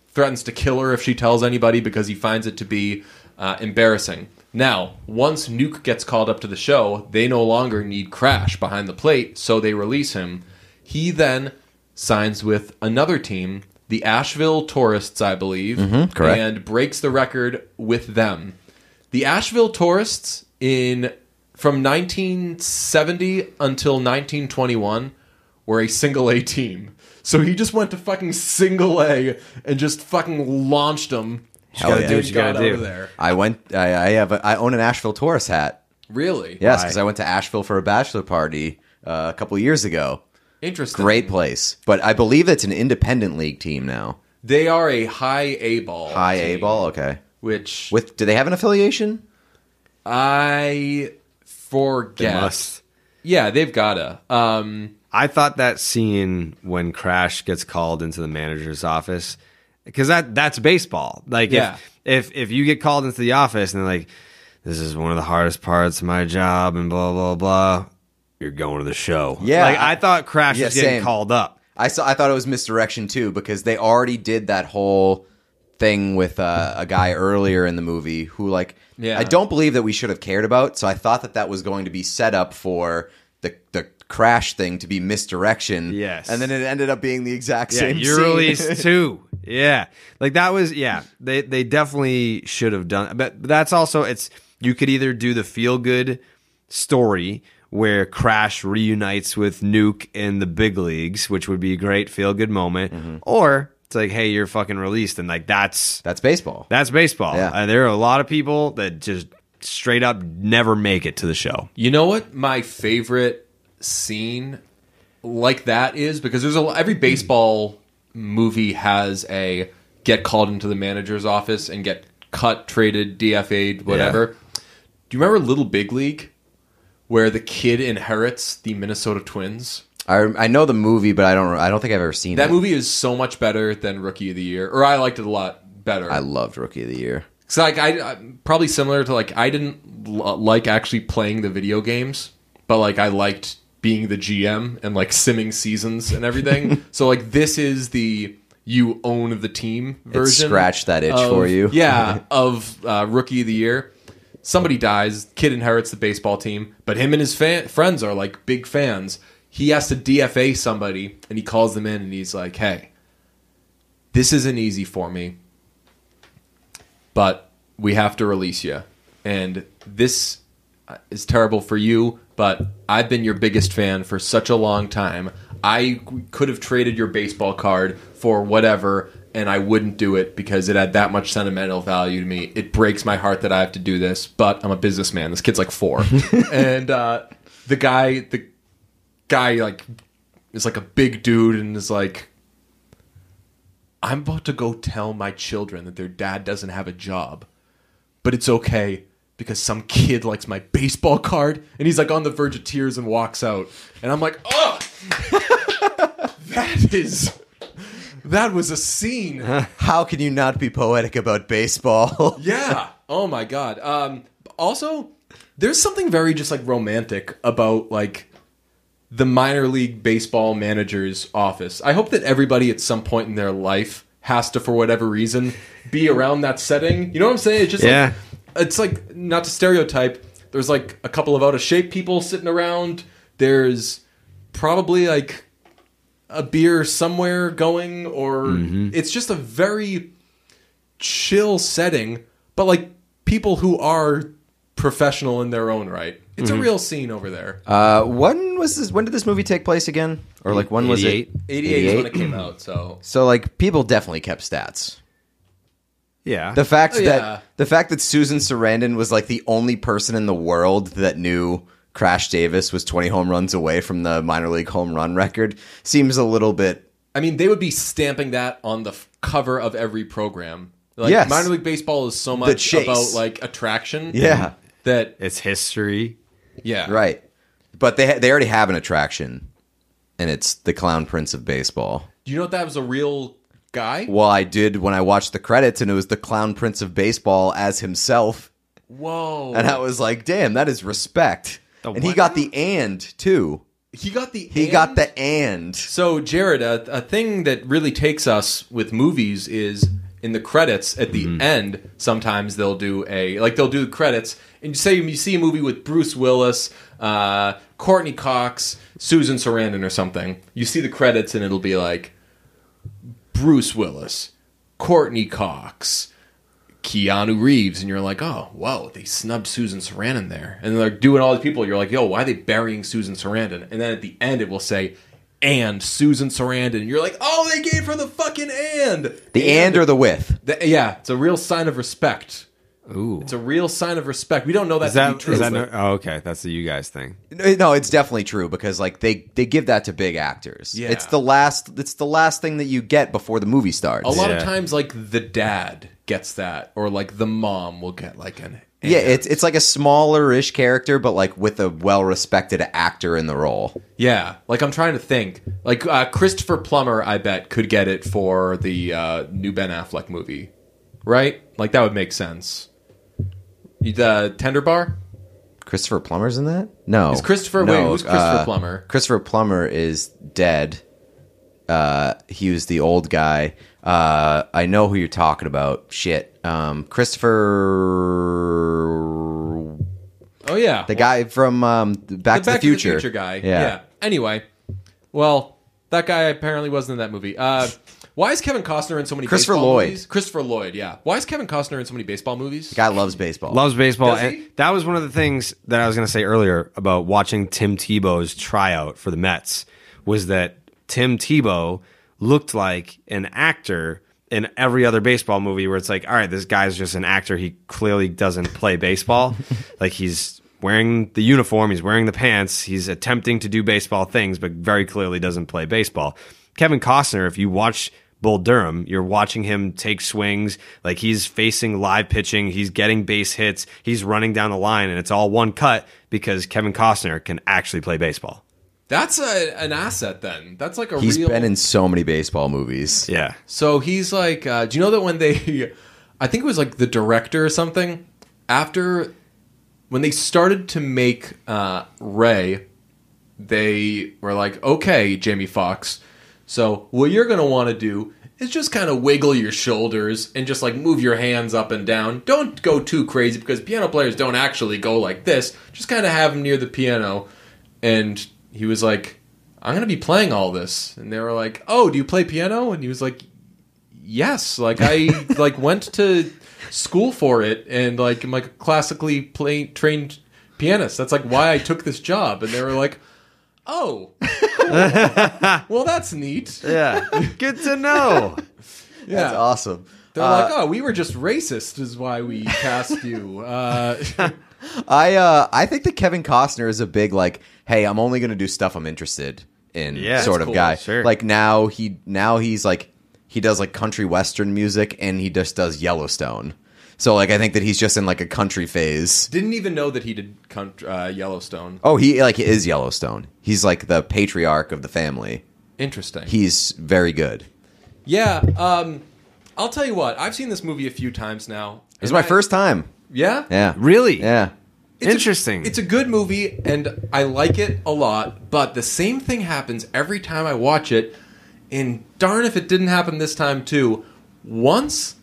threatens to kill her if she tells anybody because he finds it to be uh, embarrassing. Now, once Nuke gets called up to the show, they no longer need Crash behind the plate, so they release him. He then signs with another team, the Asheville Tourists, I believe, Mm-hmm, correct. and breaks the record with them. The Asheville Tourists in from 1970 until 1921 were a single A team. So he just went to fucking single A and just fucking launched them. Hell yeah. And Do what you got gotta out of do. there. I went. I, I have. A, I own an Asheville Taurus hat. Really? Yes, because I went to Asheville for a bachelor party uh, a couple years ago. Interesting. Great place, but I believe it's an independent league team now. They are a high A ball. High A team, ball. Okay. Which With do they have an affiliation? I forget. must. Yeah, they've gotta. Um, I thought that scene when Crash gets called into the manager's office because that that's baseball. Like Yeah. if, if if you get called into the office and they're like, "This is one of the hardest parts of my job," and blah blah blah, you're going to the show. Yeah, like I- I, thought Crash Yeah, was getting same. called up. I saw. I thought it was misdirection too because they already did that whole thing with uh, a guy earlier in the movie who, like, Yeah. I don't believe that we should have cared about. So I thought that that was going to be set up for the the crash thing to be misdirection. Yes. and then it ended up being the exact Yeah, same. you scene. released two. Yeah, like that was yeah. They they definitely should have done, but that's also it's you could either do the feel good story where Crash reunites with Nuke in the big leagues, which would be a great feel good moment, Mm-hmm. or it's like hey you're fucking released and like that's That's baseball. that's baseball. Yeah. Uh, there are a lot of people that just straight up never make it to the show. you know what my favorite scene like that is because there's a every baseball movie has a get called into the manager's office and get cut, traded, DFA'd, whatever. Do you remember Little Big League, where the kid inherits the Minnesota Twins? I I know the movie, but I don't. I don't think I've ever seen That it. movie is so much better than Rookie of the Year, or I liked it a lot better. I loved Rookie of the Year. So like I I'm probably similar to like I didn't l- like actually playing the video games, but like I liked being the GM and like simming seasons and everything. so like this is the you own the team version. scratched that itch of- for you. Yeah, of uh, rookie of the year. Somebody dies, kid inherits the baseball team, but him and his fan- friends are like big fans. He has to DFA somebody, and he calls them in, and he's like, "Hey, this isn't easy for me, but we have to release you. And this is terrible for you, but I've been your biggest fan for such a long time. I could have traded your baseball card for whatever, and I wouldn't do it because it had that much sentimental value to me. It breaks my heart that I have to do this, but I'm a businessman. This kid's like four. and uh, the guy, the guy, like, is like a big dude and is like, I'm about to go tell my children that their dad doesn't have a job, but it's okay because some kid likes my baseball card and he's like on the verge of tears and walks out. And I'm like, oh, that is, that was a scene. How can you not be poetic about baseball? Yeah. Oh my god. Um also there's something very just like romantic about like the minor league baseball manager's office. I hope that everybody at some point in their life has to for whatever reason be around that setting. You know what I'm saying? It's just Yeah. like it's like not to stereotype. There's like a couple of out of shape people sitting around. There's probably like a beer somewhere going or it's just a very chill setting, but like people who are professional in their own right. It's a real scene over there. Mm-hmm. Uh, when was this? When did this movie take place again? Or like when was it? 88. 88, is when it came out, so So like people definitely kept stats. Yeah. The fact Oh, yeah. that the fact that Susan Sarandon was like the only person in the world that knew Crash Davis was 20 home runs away from the minor league home run record seems a little bit I mean they would be stamping that on the f- cover of every program. Like Yes. minor league baseball is so much chase. about like attraction. Yeah. That it's history. yeah. right. But they ha- they already have an attraction and it's the Clown Prince of Baseball. Do you know that was a real guy? Well, I did when I watched the credits and it was the Clown Prince of Baseball as himself Whoa. and I was like, "Damn, that is respect." and he what got the and too. he got the He got the and. So, Jared, a, a thing that really takes us with movies is in the credits at the end. Sometimes they'll do a like they'll do the credits, and you say you see a movie with Bruce Willis, uh, Courtney Cox, Susan Sarandon, or something. You see the credits, and it'll be like Bruce Willis, Courtney Cox, Keanu Reeves, and you're like, oh, whoa, they snubbed Susan Sarandon there. And they're doing all these people. You're like, yo, why are they burying Susan Sarandon? And then at the end, it will say, and Susan Sarandon. And you're like, oh, they gave her the fucking and. The and, or the with. Th- yeah, it's a real sign of respect. Ooh. It's a real sign of respect. We don't know that Is to be that, true. is that but- no, oh, okay? That's the you guys thing. No, no, it's definitely true because like they they give that to big actors. Yeah. It's the last it's the last thing that you get before the movie starts. a lot of Yeah. times, like the dad gets that, or like the mom will get like an. Yeah, and. it's it's like a smaller ish character, but like with a well respected actor in the role. Yeah, like I'm trying to think. Like uh, Christopher Plummer, I bet could get it for the uh, new Ben Affleck movie, right? Like that would make sense. You- The Tender Bar Christopher Plummer's in that? No. is Christopher. no, wait, who's Christopher uh, Plummer? Christopher Plummer is dead. Uh, he was the old guy. Uh, I know who you're talking about. Shit. Um, Christopher, Oh yeah, the guy from um, Back, to the Future. Future guy. Yeah. Anyway, well, that guy apparently wasn't in that movie. Uh, why is Kevin Costner in so many Christopher baseball Lloyd. movies? Christopher Lloyd. Yeah. Why is Kevin Costner in so many baseball movies? Guy loves baseball. Loves baseball. Does he? And that was one of the things that I was going to say earlier about watching Tim Tebow's tryout for the Mets was that Tim Tebow looked like an actor in every other baseball movie where it's like, all right, this guy's just an actor. He clearly doesn't play baseball. like he's wearing the uniform, he's wearing the pants, he's attempting to do baseball things, but very clearly doesn't play baseball. Kevin Costner, if you watch Bull Durham, you're watching him take swings. Like he's facing live pitching, he's getting base hits, he's running down the line, and it's all one cut because Kevin Costner can actually play baseball. That's a, an asset. Then that's like a He's real. been in so many baseball movies. Yeah. So he's like, uh, do you know that when they, I think it was like the director or something, after when they started to make uh, Ray, they were like, okay, Jamie Foxx, so what you're going to want to do is just kind of wiggle your shoulders and just like move your hands up and down. Don't go too crazy because piano players don't actually go like this. Just kind of have them near the piano. And he was like, I'm going to be playing all this. And they were like, oh, do you play piano? And he was like, yes like i like went to school for it and like i'm like a classically play, trained pianist that's like why i took this job and they were like oh cool. well that's neat Yeah. Good to know. yeah That's awesome. they're like oh we were just racist is why we cast you uh I uh, I think that Kevin Costner is a big like, hey, I'm only gonna do stuff I'm interested in Yeah, sort that's of cool, guy. sure. Like now he now he's like he does like country western music and he just does Yellowstone. So like I think that he's just in like a country phase. didn't even know that he did country, uh, yellowstone Oh, he like is Yellowstone. He's like the patriarch of the family. interesting He's very good. yeah um i'll tell you what i've seen this movie a few times now It was my And I- first time. yeah Yeah. Really? Yeah. It's a- Interesting. it's a good movie, and I like it a lot. But the same thing happens every time I watch it, and darn if it didn't happen this time too. Once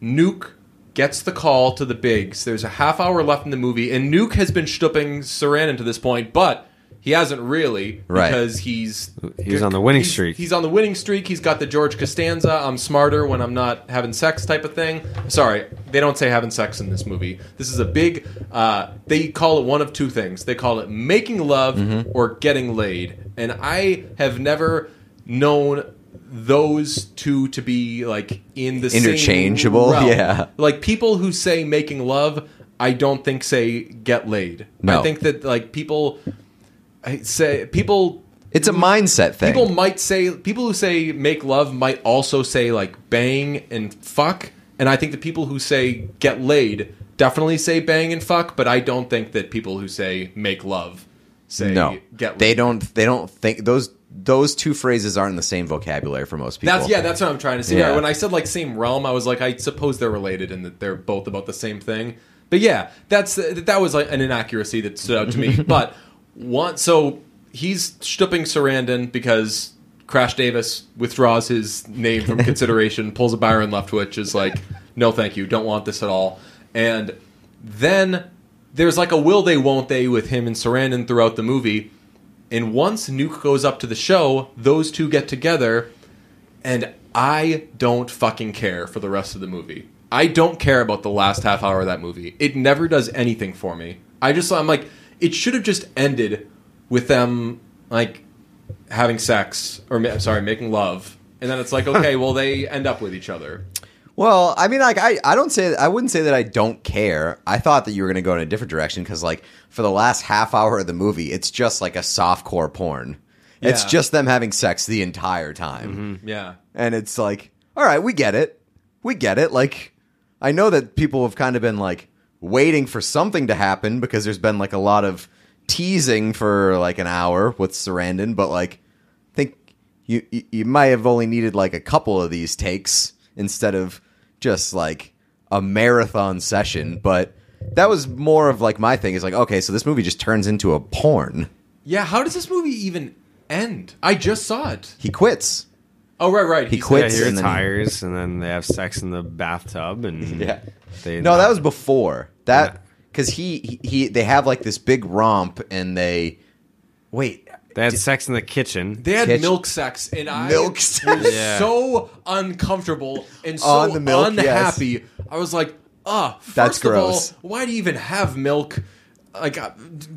Nuke gets the call to the bigs, there's a half hour left in the movie, and Nuke has been stooping Sarandon to this point, but he hasn't really Right. because he's He's on the winning he's- streak. He's on the winning streak. He's got the George Costanza, I'm smarter when I'm not having sex type of thing. Sorry, they don't say having sex in this movie. This is a big, uh, they call it one of two things. They call it making love Mm-hmm. or getting laid. And I have never known those two to be like in the same Interchangeable, realm. yeah. Like people who say making love, I don't think say get laid. No. I think that like people I say people It's a mindset thing. people might say people who say make love might also say like bang and fuck and i think the people who say get laid definitely say bang and fuck but i don't think that people who say make love say no. get laid they don't they don't think those those two phrases aren't in the same vocabulary for most people. that's yeah that's what i'm trying to say yeah. Yeah. when i said like same realm i was like i suppose they're related and that they're both about the same thing but yeah that's that was like an inaccuracy that stood out to me but one so he's stooping sarandon because crash davis withdraws his name from consideration pulls a byron leftwich is like no thank you don't want this at all and then there's like a will they won't they with him and sarandon throughout the movie and once Nuke goes up to the show, those two get together, and I don't fucking care for the rest of the movie. I don't care about the last half hour of that movie. It never does anything for me. I just I'm like it should have just ended with them like having sex or ma- sorry, making love. And then it's like, okay, well they end up with each other. Well, I mean, like I, I don't say I wouldn't say that I don't care. I thought that you were going to go in a different direction because, like, for the last half hour of the movie, it's just like a softcore porn. It's Yeah. Mm-hmm. just them having sex the entire time, Yeah. and it's like, all right, we get it, we get it. Like, I know that people have kind of been like waiting for something to happen because there's been like a lot of teasing for like an hour with Sarandon, but like, I think you you- you might have only needed like a couple of these takes instead of just like a marathon session but that was more of like my thing is like okay so this movie just turns into a porn Yeah, how does this movie even end? I just saw it. he quits Oh right, right. He He's- quit. Yeah, he and then- retires, and then they have sex in the bathtub, and Yeah. they no that was before Yeah. that because he, he he they have like this big romp and they wait they had sex in the kitchen. They had Kitchen- milk sex, and I Milk was sex. Yeah. so uncomfortable and so On the milk, unhappy. I was like, ah, first That's of gross. all, why do you even have milk? Like uh,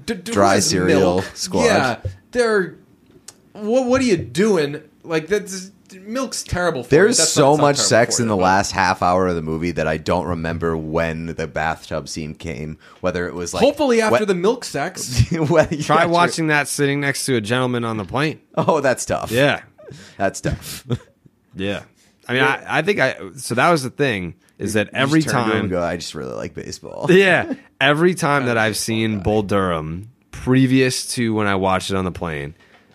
d- d- Dry who has cereal milk? squad. Yeah, they're what? What are you doing? Like that's milk's terrible. For you. there's That's not- so it's not much terrible sex for in you, the but- last half hour of the movie that i don't remember when the bathtub scene came whether it was like Hopefully, after wet- the milk sex, whether- yeah, Try true. watching that sitting next to a gentleman on the plane. oh that's tough Yeah, that's tough yeah. I mean, I, I think I. So that was the thing is that every Just turn to him and time, go, I just really like baseball. yeah, every time that I've seen Bull Durham previous to when I watched it on the plane,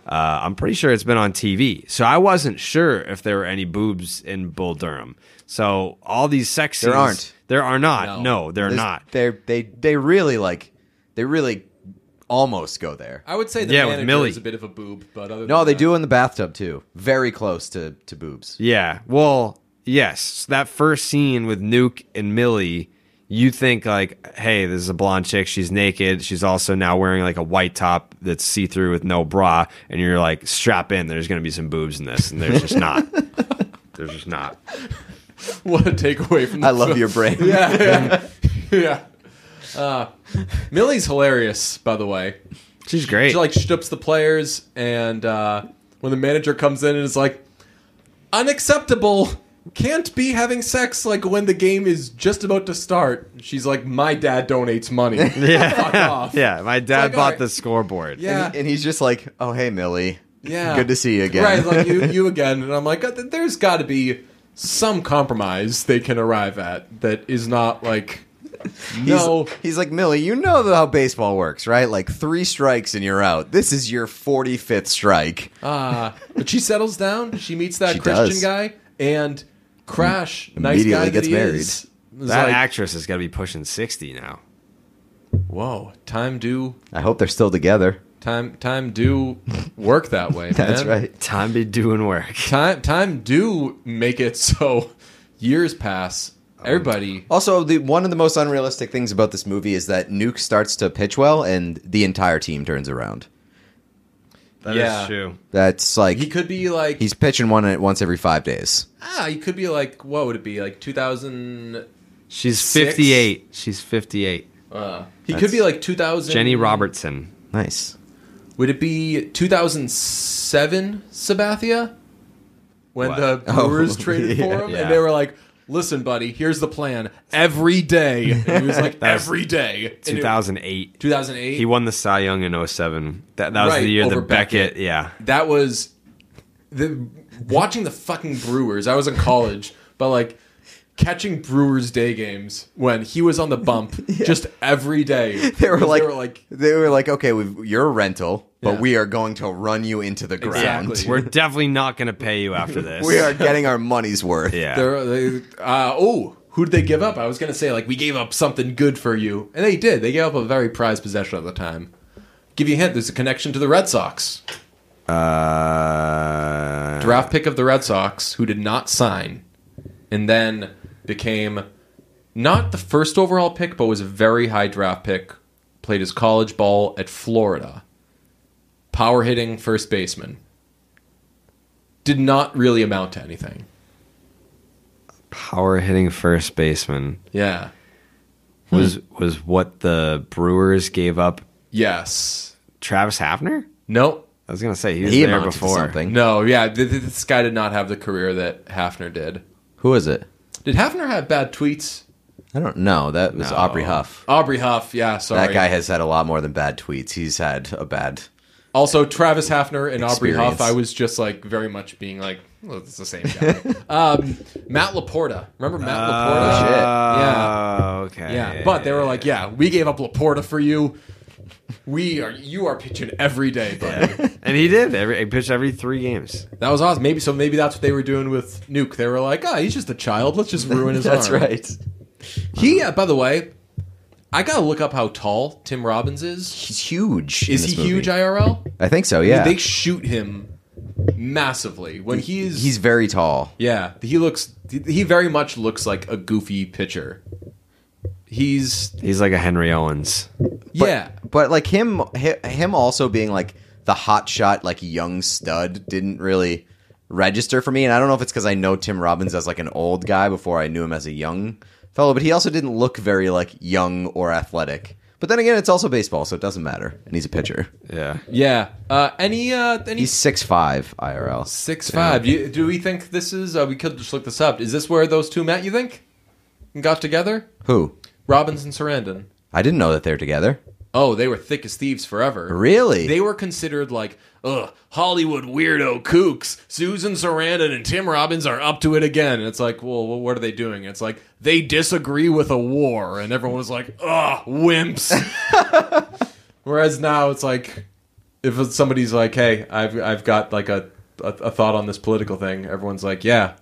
uh, I'm pretty sure it's been on TV. So I wasn't sure if there were any boobs in Bull Durham. So all these sex There scenes- aren't. There are not. No. No, they're There's- not. They're they they really like they really almost go there. I would say the Yeah, with manager Millie. is a bit of a boob, but other No, than they that- do in the bathtub too. Very close to to boobs. Yeah. Well, yes. That first scene with Nuke and Millie, you think like, hey, this is a blonde chick. She's naked. She's also now wearing like a white top that's see through with no bra, and you're like, strap in. There's gonna be some boobs in this, and there's just not. There's just not. What a takeaway from. The I love your brain. yeah, yeah. yeah. Uh, Millie's hilarious, by the way. She's great. She like shtups the players, and uh, when the manager comes in and is like, "Unacceptable, can't be having sex like when the game is just about to start." She's like, "My dad donates money. Fuck off." yeah, my dad like, all bought right. the scoreboard. Yeah. And, and he's just like, "Oh, hey, Millie. Yeah. good to see you again." Right, like you, you again, and I'm like, "Uh, th- there's got to be some compromise they can arrive at that is not like, he's, no, he's like, "Millie, you know how baseball works, right? Like three strikes and you're out. This is your 45th strike." Uh, but she settles down. She meets that She Christian does. Mm. guy and Crash, nice immediately guy that gets he married. is, is That like, actress is gonna be pushing sixty now. Whoa, time do I hope they're still together. time time do work that way. That's man. right. Time be doing work. Time time do make it so years pass. Oh, Everybody, Also, the one of the most unrealistic things about this movie is that Nuke starts to pitch well, and the entire team turns around. is That is Yeah. true. That's like he could be like he's pitching one at once every five days. ah, he could be like what would it be like two thousand? She's Six? fifty eight. She's fifty eight. Uh, he could be like two thousand. Jenny Robertson. Nice. Would it be 2007 Sabathia when What? the Brewers Oh, traded for him? yeah. And they were like, listen, buddy, here's the plan every day. And he was like, That was every day. And it- 2008. 2008. He won the Cy Young in 07. That, that was Right, the year over that Beckett, Beckett. yeah. that was the watching the fucking Brewers. I was in college, but like catching Brewers day games when he was on the bump just every day. They were Because like, they were like, they were like, okay, we've, you're a rental, but Yeah. we are going to run you into the ground. Exactly. We're definitely not going to pay you after this. We are getting our money's worth. Yeah. They're, they, uh, oh, who did they give up? I was gonna say like we gave up something good for you, and they did. They gave up a very prized possession at the time. Give you a hint. There's a connection to the Red Sox. Uh, Draft pick of the Red Sox who did not sign, and then became not the first overall pick, but was a very high draft pick. Played his college ball at Florida. Power hitting first baseman. Did not really amount to anything. power hitting first baseman Yeah. was Hmm. was what the Brewers gave up. Yes. Travis Hafner. Nope. I was gonna say he was He there amounted to before. something. No. Yeah. th- th- This guy did not have the career that Hafner did. Who is it? Did Hafner have bad tweets? I don't know. That was No. Aubrey Huff. Aubrey Huff. Yeah. Sorry. That guy has had a lot more than bad tweets. He's had a bad. Also, Travis Hafner and Aubrey Experience. Huff. I was just like very much being like, well, it's the same guy. um, Matt Laporta. Remember Matt Laporta? Ah, shit. Yeah. Oh, okay. Yeah, but they were like, "Yeah, we gave up Laporta for you. We are you are pitching every day, buddy. and he did. Every, he pitched every three games. That was awesome. Maybe so. Maybe that's what they were doing with Nuke. They were like, "Ah, he's just a child. Let's just ruin his That's arm." right. He, uh, by the way, I gotta look up how tall Tim Robbins is. He's huge. in Is this he movie. huge IRL? I think so. Yeah. They shoot him massively when he is. He's very tall. yeah. He looks. He very much looks like a goofy pitcher. He's He's like a Henry Owens. yeah. But like him, hi- him also being like the hot shot, like young stud, didn't really register for me. And I don't know if it's because I know Tim Robbins as like an old guy before I knew him as a young fellow. But he also didn't look very like young or athletic. But then again, it's also baseball, so it doesn't matter. And he's a pitcher. Yeah. Yeah. Uh, any uh, any He's six five IRL. Six five. You, do we think this is? Uh, we could just look this up. Is this where those two met? You think? And got together? Who? Robbins and Sarandon. I didn't know that they're together. Oh, they were thick as thieves forever. Really? They were considered like, ugh, Hollywood weirdo kooks. Susan Sarandon and Tim Robbins are up to it again. And it's like, well, well, what are they doing? It's like they disagree with a war, and everyone was like, ugh, wimps. Whereas now it's like, if it's- somebody's like, hey, I've I've got like a a, a thought on this political thing, everyone's like, yeah,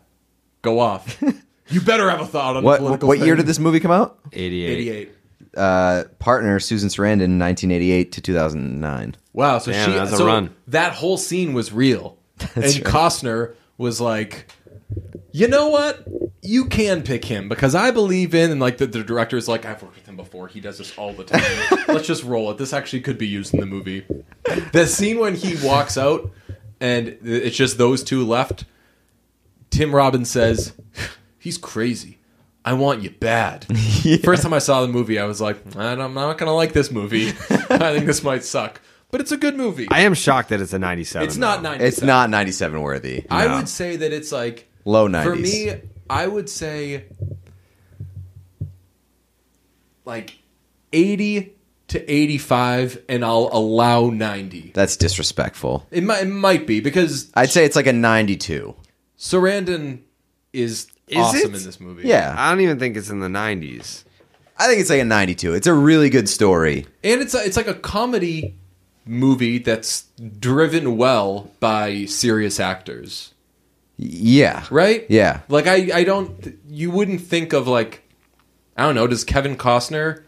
go off. you better have a thought on the what what political year did thing." this movie come out? Eighty-eight. 88. Uh, partner Susan Sarandon, nineteen eighty eight to two thousand nine. Wow, so Damn, she that's a so run. that whole scene was real. and Costner was like, "You know what? You can pick him because I believe in." And like the, the director is like, "I've worked with him before. He does this all the time. Let's just roll it. This actually could be used in the movie." The scene when he walks out and it's just those two left. Tim Robbins says, "He's crazy. I want you bad." First time I saw the movie, I was like, "I'm I'm not gonna like this movie. I think this might suck." But it's a good movie. I am shocked that it's a ninety-seven. it's not though. ninety. It's not ninety seven worthy. I No. would say that it's like Low for nineties. me. I would say like eighty to eighty-five, and I'll allow ninety. That's disrespectful. It might it might be because I'd say it's like a 92. Sarandon is, Is awesome it? in this movie. Yeah. I don't even think it's in the nineties. I think it's like a 92. It's a really good story. and it's a, it's like a comedy movie that's driven well by serious actors. Yeah. right? Yeah. Like I, I don't. You wouldn't think of like, I don't know. Does Kevin Costner,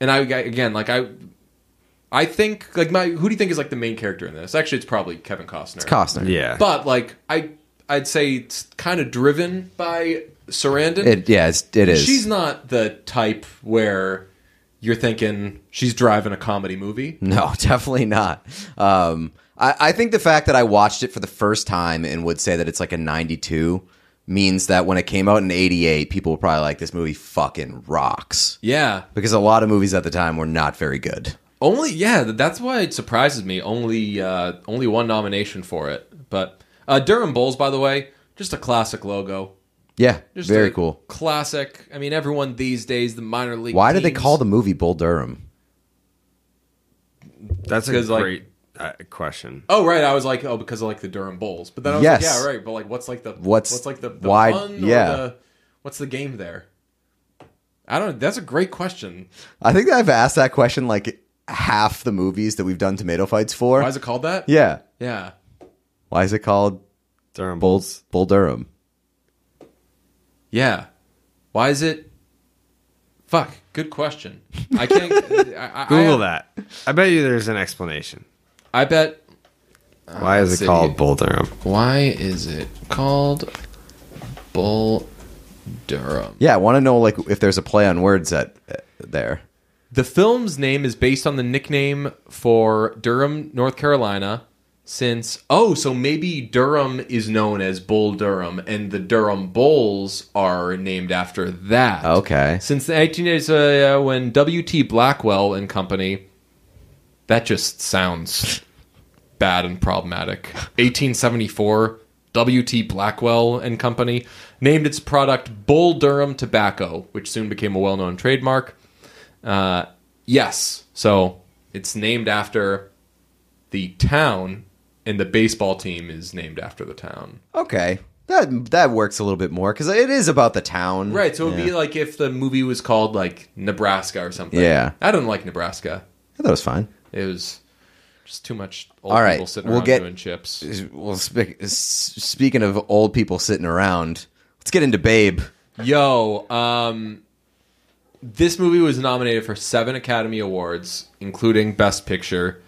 and I again like I, I think like my who do you think is like the main character in this? Actually, it's probably Kevin Costner. Costner. Yeah. But like I, I'd say it's kind of driven by Sarandon. It, yeah, it's, it is. She's not the type where you're thinking she's driving a comedy movie. No, definitely not. Um, I, I think the fact that I watched it for the first time and would say that it's like a 92 means that when it came out in 88, people were probably like, this movie fucking rocks. Yeah. Because a lot of movies at the time were not very good. Only yeah, th- that's why it surprises me. Only uh, only one nomination for it. But uh, Durham Bulls, by the way, just a classic logo. Yeah. Just very a cool. Classic. I mean, everyone these days, the minor league. Why did they call the movie Bull Durham? That's a 'Cause, like- great uh, question. Oh right, I was like, oh, because of like the Durham Bulls. But then I was Yes. like, yeah, right. But like, what's like the What's- what's like the, the why- fun yeah. Or the, what's the game there? I don't. That's a great question. I think that I've asked that question like half the movies that we've done tomato fights for. Why is it called that? yeah. Yeah. Why is it called Durham Bull, Bull Durham? Yeah. Why is it? Fuck. Good question. I can't I, I, Google I, that. I uh, bet you there's an explanation. I bet Why is it see. called Bull Durham? Why is it called Bull Durham? Yeah, I want to know like if there's a play on words that uh, there. The film's name is based on the nickname for Durham, North Carolina, since oh so maybe durham is known as bull durham and the durham bulls are named after that Okay. since the 1880s uh, when wt blackwell and company that just sounds bad and problematic 1874 wt blackwell and company named its product bull durham tobacco which soon became a well-known trademark uh, yes so it's named after the town and the baseball team is named after the town Okay. That that works a little bit more because it is about the town. Right, so it'd yeah. be like if the movie was called like Nebraska or something. Yeah. I didn't like Nebraska. I thought it was fine. It was just too much old All right, people sitting we'll around get- doing chips. Well, spe- s- speaking of old people sitting around, let's get into Babe. Yo, um this movie was nominated for 7 Academy Awards, including Best Picture.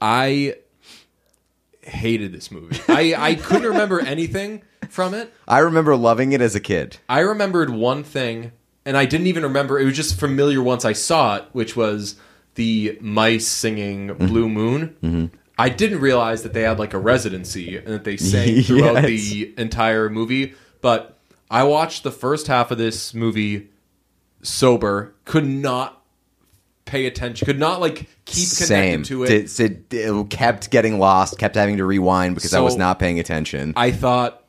I hated this movie. I I couldn't remember anything from it. I remember loving it as a kid. I remembered one thing, and I didn't even remember. It was just familiar once I saw it, which was the mice singing Mm-hmm. "Blue Moon." I didn't realize that they had like a residency and that they sang throughout the entire movie. But I watched the first half of this movie sober, could not pay attention, could not like keep connected Same. to it. Did- did- it kept getting lost, kept having to rewind because I So- was not paying attention. I thought,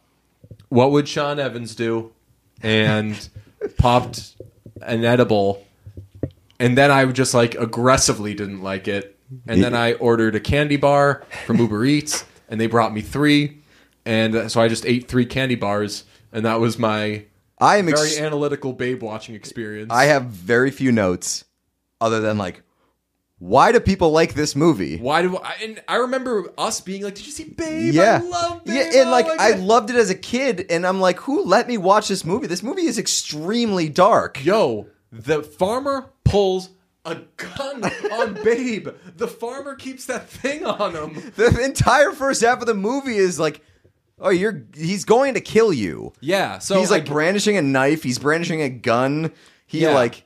what would Sean Evans do? And popped an edible. And then I just like aggressively didn't like it. And then I ordered a candy bar from Uber Eats and they brought me three. And uh, so I just ate three candy bars. And that was my I am. very Ex- analytical babe watching experience. I have very few notes, other than like, why do people like this movie? Why do I? And I remember us being like, "Did you see Babe? yeah, I love Babe. yeah, and Oh like my I God." loved it as a kid, and I'm like, who let me watch this movie? This movie is extremely dark. Yo, the farmer pulls a gun on Babe. The farmer keeps that thing on him. The entire first half of the movie is like, oh, you're he's going to kill you. Yeah, so he's like I- brandishing a knife. He's brandishing a gun. He Yeah. like,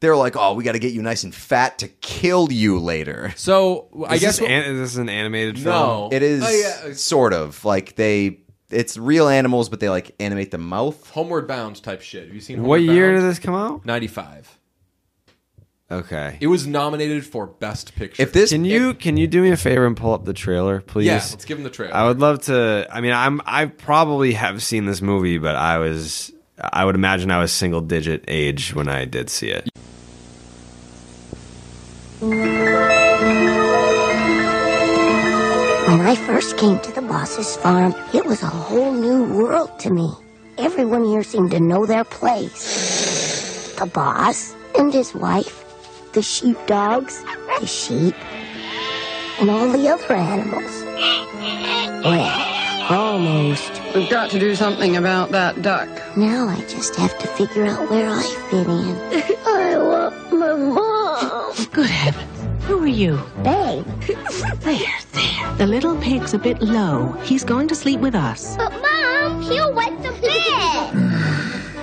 they're like, oh, we got to get you nice and fat to kill you later. so I Is guess this, what- an, is this an animated no, film? It is Oh, yeah. sort of like they, it's real animals, but they like animate the mouth. Homeward Bound type shit. Have you seen? What Homeward year did Bound? this come out? Ninety-five. Okay. It was nominated for Best Picture. If this Can you can you do me a favor and pull up the trailer, please? yeah, let's give him the trailer. I would love to. I mean, I'm I probably have seen this movie, but I was I would imagine I was single digit age when I did see it. When I first came to the boss's farm, it was a whole new world to me. Everyone here seemed to know their place. The boss and his wife, the sheepdogs, the sheep, and all the other animals. Well, almost. We've got to do something about that duck. Now I just have to figure out where I fit in. I want my mom. Good heavens. Who are you? Babe, There, there. The little pig's a bit low. He's going to sleep with us. But mom, he'll wet the bed.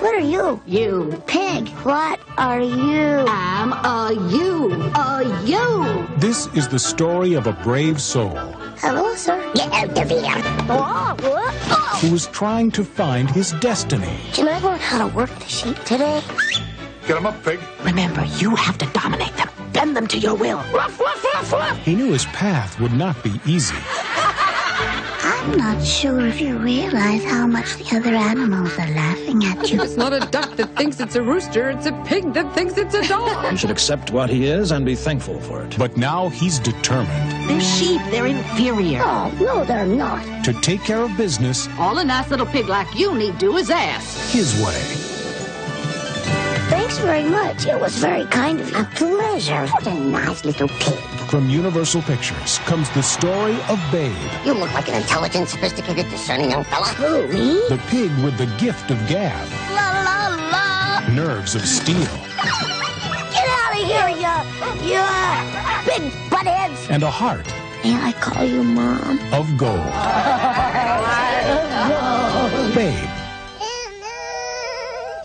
what are you? You pig. What are you? I'm a you. A you. This is the story of a brave soul Hello, sir. Get out of here. Whoa, whoa. Oh. who is trying to find his destiny. Can I learn how to work the sheep today? Remember, you have to dominate them. Bend them to your will. Ruff, ruff, ruff, ruff. He knew his path would not be easy. I'm not sure if you realize how much the other animals are laughing at you. It's not a duck that thinks it's a rooster, it's a pig that thinks it's a dog. should accept what he is and be thankful for it. But now he's determined They're sheep. They're inferior. oh, no, they're not. to take care of business All a nice little pig like you need do is ask. his way. Thanks very much. It was very kind of you. A pleasure. What a nice little pig. From Universal Pictures comes the story of Babe, You look like an intelligent, sophisticated, discerning young fella. Who, me? the pig with the gift of gab, La la la! nerves of steel, Get out of here, you, you uh, big buttheads! and a heart May I call you mom? of gold. Babe, You saw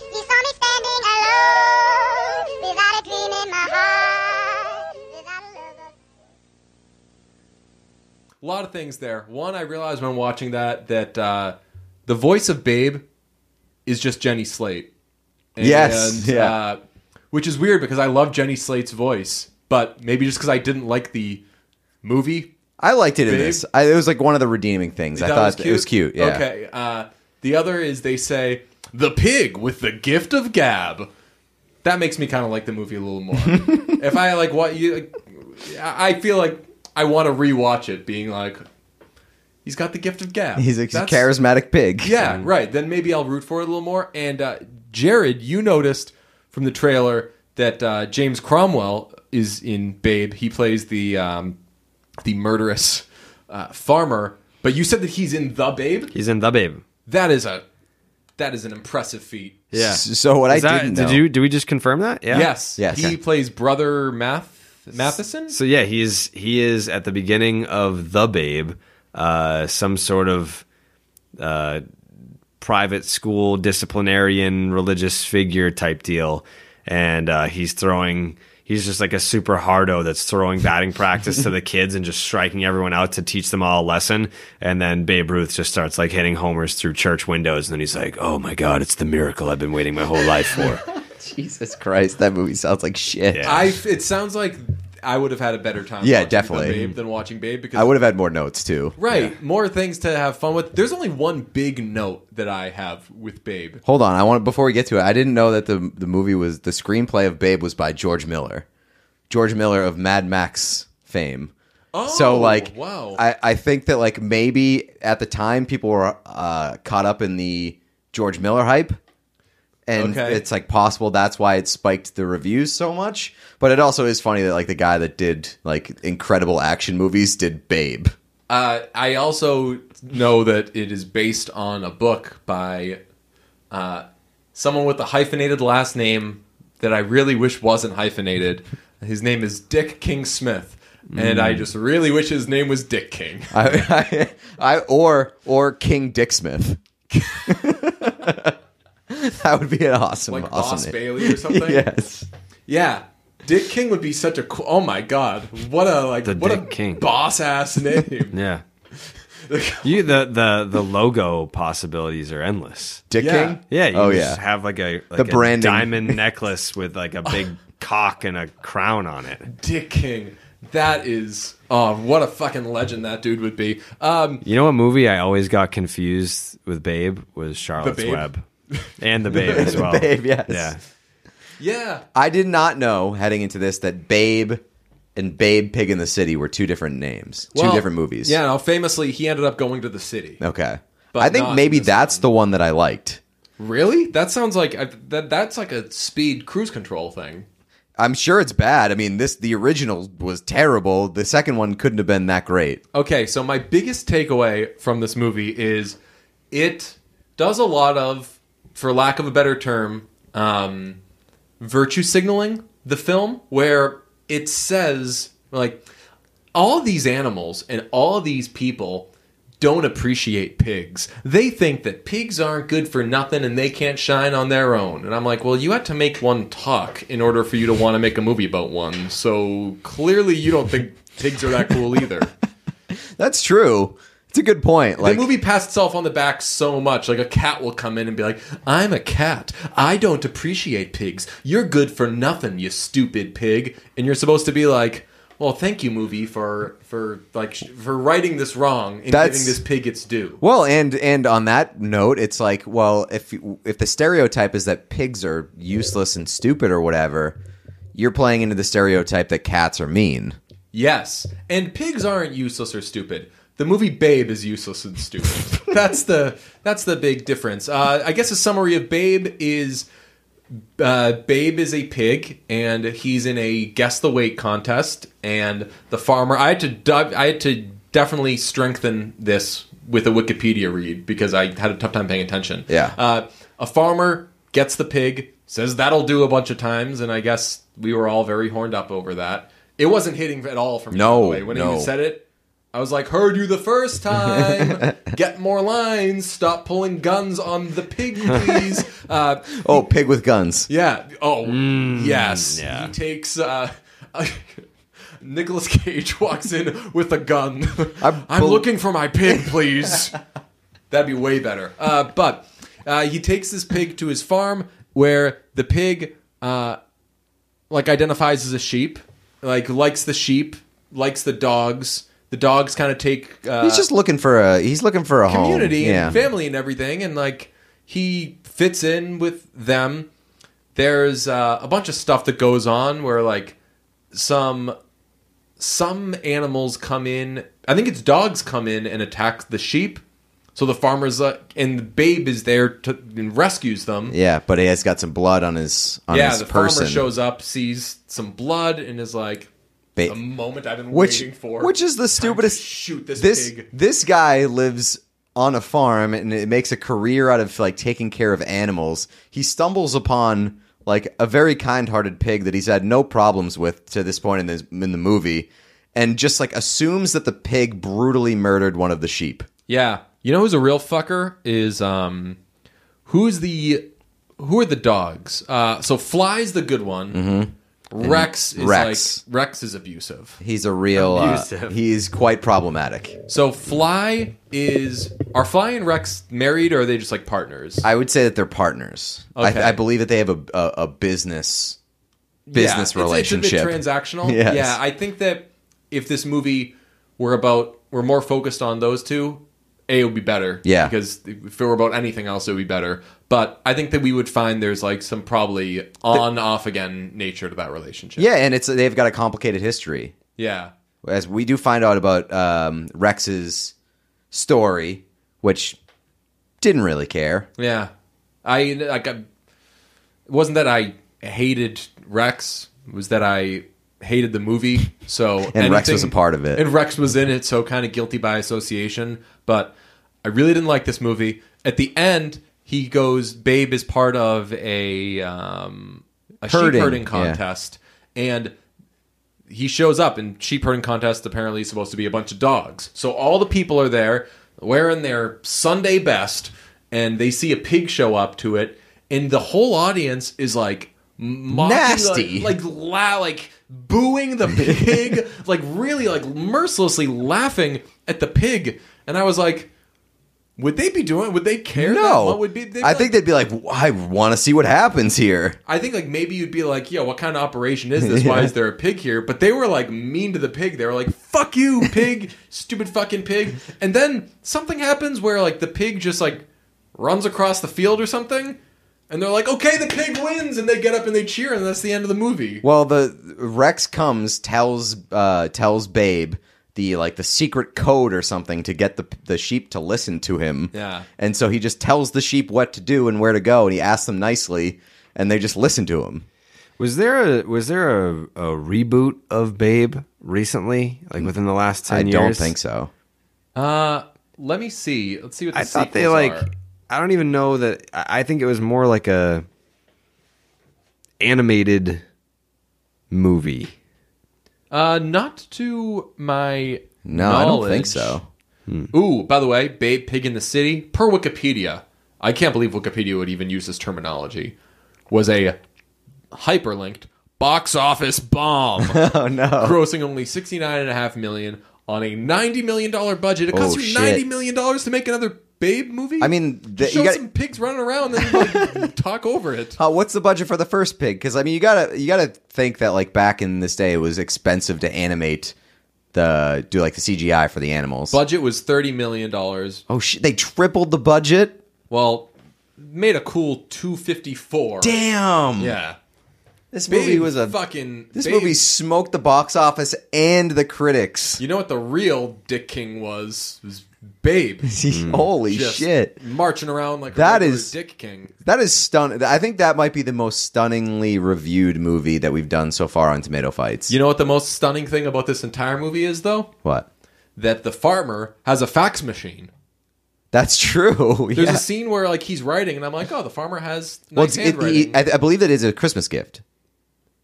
me standing alone, without a dream in my heart, without a lover. a lot of things there. One, I realized when watching that that uh, the voice of Babe is just Jenny Slate. Yes, yeah. Uh, which is weird because I love Jenny Slate's voice, but maybe just because I didn't like the movie. I liked it in Babe? this. I, it was like one of the redeeming things. I You thought it was cute. Yeah. Okay. Uh, the other is they say the pig with the gift of gab. That makes me kind of like the movie a little more. if I like what you, like, I I feel like I want to rewatch it, being like, he's got the gift of gab. He's a That's- charismatic pig. Yeah, right. Then maybe I'll root for it a little more. And uh, Jared, you noticed from the trailer that uh, James Cromwell is in Babe. He plays the um, the murderous uh, farmer. But you said that he's in the Babe. He's in the babe. That is a that is an impressive feat. Yeah. S- So what Is I that- didn't did know- you? Do we just confirm that? Yeah. Yes. Yes. He Okay. plays brother Math Matheson. So yeah, he is he is at the beginning of the Babe, uh, some sort of uh, private school disciplinarian, religious figure type deal, and uh, he's throwing. He's just like a super hardo that's throwing batting practice to the kids and just striking everyone out to teach them all a lesson. And then Babe Ruth just starts like hitting homers through church windows. And then he's like, "Oh my God, it's the miracle I've been waiting my whole life for." Jesus Christ, that movie sounds like shit. Yeah. I. It sounds like I would have had a better time. Yeah, watching The definitely. Babe than watching Babe because I would have had more notes too. Right. More things to have fun with. There's only one big note that I have with Babe. Hold on, I want before we get to it. I didn't know that the the movie was the screenplay of Babe was by George Miller, George Miller of Mad Max fame. Oh, so like, wow. I I think that like maybe at the time people were uh, caught up in the George Miller hype, and Okay. it's like possible that's why it spiked the reviews so much. But it also is funny that like the guy that did like incredible action movies did Babe. Uh, I also know that it is based on a book by uh, someone with a hyphenated last name that I really wish wasn't hyphenated. His name is Dick King Smith. And I just really wish his name was Dick King. I, I, I or or King Dick Smith. that would be an awesome, Like awesome Boss name. Bailey or something. Yes, Yeah. Dick King would be such a cool, oh my god what a like The what a Dick King. boss ass name Yeah. you the the the logo possibilities are endless. Dick Yeah. King. Yeah, you oh can yeah. just have like a like The a branding. diamond necklace with like a big cock and a crown on it. Dick King that is oh what a fucking legend that dude would be um You know what movie I always got confused with Babe was Charlotte's Babe? Web. And the Babe as well. Babe, yes. Yeah. yeah I did not know heading into this that Babe and Babe Pig in the City were two different names, Well, two different movies. Yeah, no, famously, he ended up going to the city. Okay. But I think not maybe this that's the one that I liked. Really? That sounds like I- that. That's like a speed cruise control thing. I'm sure it's bad. I mean, this the original was terrible. The second one couldn't have been that great. Okay, so my biggest takeaway from this movie is it does a lot of, for lack of a better term, um, virtue signaling the film, where it says, like, all these animals and all these people don't appreciate pigs. They think that pigs aren't good for nothing and they can't shine on their own. And I'm like, well, you had to make one talk in order for you to want to make a movie about one. So clearly you don't think pigs are that cool either. That's true. It's a good point. Like the movie pats itself on the back so much. Like a cat will come in and be like, "I'm a cat. I don't appreciate pigs. You're good for nothing, you stupid pig." And you're supposed to be like, "Well, thank you, movie, for for like sh- for righting this wrong and That's- giving this pig its due." Well, and and on that note, it's like, well, if if the stereotype is that pigs are useless and stupid or whatever, you're playing into the stereotype that cats are mean. Yes, and pigs aren't useless or stupid. The movie Babe is useless and stupid. that's the that's the big difference. Uh, I guess a summary of Babe is uh, Babe is a pig, and he's in a guess the weight contest. And the farmer, I had to dive, I had to definitely strengthen this with a Wikipedia read because I had a tough time paying attention. Yeah. uh, a farmer gets the pig, says that'll do a bunch of times, and I guess we were all very horned up over that. It wasn't hitting at all for me. No, by the way. when no. he said it. I was like, heard you the first time. Get more lines. Stop pulling guns on the pig, please. Uh, Oh, pig with guns. Mm, yeah. Oh, yes. yeah. He takes. Uh, Nicholas Cage walks in with a gun. I'm, looking for my pig, please. That'd be way better. Uh, but uh, he takes this pig to his farm where the pig uh, like identifies as a sheep, like likes the sheep, likes the dogs. The dogs kind of take uh, he's just looking for a he's looking for a community home. Oh, Yeah. and family and everything, and like he fits in with them. There's uh, a bunch of stuff that goes on where like some some animals come in. I think it's dogs come in and attack the sheep. So the farmer's like, and the babe is there to and rescues them. Yeah, but he has got some blood on his on yeah, his the person. farmer shows up, sees some blood, and is like, Ba- "The moment I've been which waiting for." which is the Time to stupidest Shoot this, this pig. this guy lives on a farm and it makes a career out of like taking care of animals. He stumbles upon like a very kind-hearted pig that he's had no problems with to this point in the in the movie and just like assumes that the pig brutally murdered one of the sheep. Yeah, you know who's a real fucker is um, who's the who are the dogs? Uh, so fly's the good one. Rex is Rex. like Rex is abusive. He's a real uh, Abusive. he's quite problematic. So fly is are fly and Rex married or are they just like partners? I would say that they're partners. Okay. I, I believe that they have a a, a business Yeah, business it's- relationship. It's a bit transactional. Yes. Yeah, I think that if this movie were about were more focused on those two, A would be better. Yeah. Because if it were about anything else, it would be better. But I think that we would find there's like some probably on off again nature to that relationship. yeah, and it's they've got a complicated history. Yeah. As we do find out about um, Rex's story, which didn't really care. Yeah. I like I, it wasn't that I hated Rex, it was that I hated the movie. So And Rex was a part of it. And Rex was in it, so kind of guilty by association, but I really didn't like this movie. At the end, he goes Babe is part of a um a Herding, sheep herding yeah. contest and he shows up and sheep herding contest apparently is supposed to be a bunch of dogs. So all the people are there wearing their Sunday best and they see a pig show up to it and the whole audience is like mocking, Nasty. like like, la- like booing the pig, like really like mercilessly laughing at the pig and I was like would they be doing would they care that No, much? would be they'd be I like- think they'd be like, I want to see what happens here. I think like maybe you'd be like, yo, what kind of operation is this? Why is there a pig here? But they were like mean to the pig. They were like, fuck you, pig, stupid fucking pig. And then something happens where like the pig just like runs across the field or something. And they're like, okay, the pig wins. And they get up and they cheer. And that's the end of the movie. Well, the Rex comes, tells uh, tells Babe the like the secret code or something to get the the sheep to listen to him. Yeah. and so he just tells the sheep what to do and where to go, and he asks them nicely, and they just listen to him. Was there a was there a, a reboot of Babe recently? Like within the last ten I years? don't think so. Uh, let me see. Let's see what the I thought they sequels like. are. I don't even know that. I I think it was more like a animated movie. Uh, not to my No, I don't think knowledge. so. Hmm. Ooh, by the way, Babe Pig in the City, per Wikipedia, I can't believe Wikipedia would even use this terminology, was a hyperlinked box office bomb. Oh no! grossing only $69.5 million on a $90 million budget. It costs Oh, you shit. $90 million to make another Babe movie? I mean, the, Show you got some pigs running around and then like, talk over it. uh, what's the budget for the first pig? Because I mean, you gotta you gotta think that like back in this day, it was expensive to animate the do like the CGI for the animals. Budget was $30 million. oh shit! They tripled the budget. Well, made a cool 254 Damn. Yeah. This Babe movie was a fucking. This Babe- movie smoked the box office and the critics. You know what the real Dick King was? Was Babe. Holy Just shit. Marching around like That that is a is- regular Dick King. That is stunning. I think that might be the most stunningly reviewed movie that we've done so far on Tomato Fights. You know what the most stunning thing about this entire movie is, though? what? That the farmer has a fax machine. That's true. There's yeah. a scene where like he's writing, and I'm like, oh, the farmer has nice well, it's, it, handwriting. he- I, I believe that is a Christmas gift.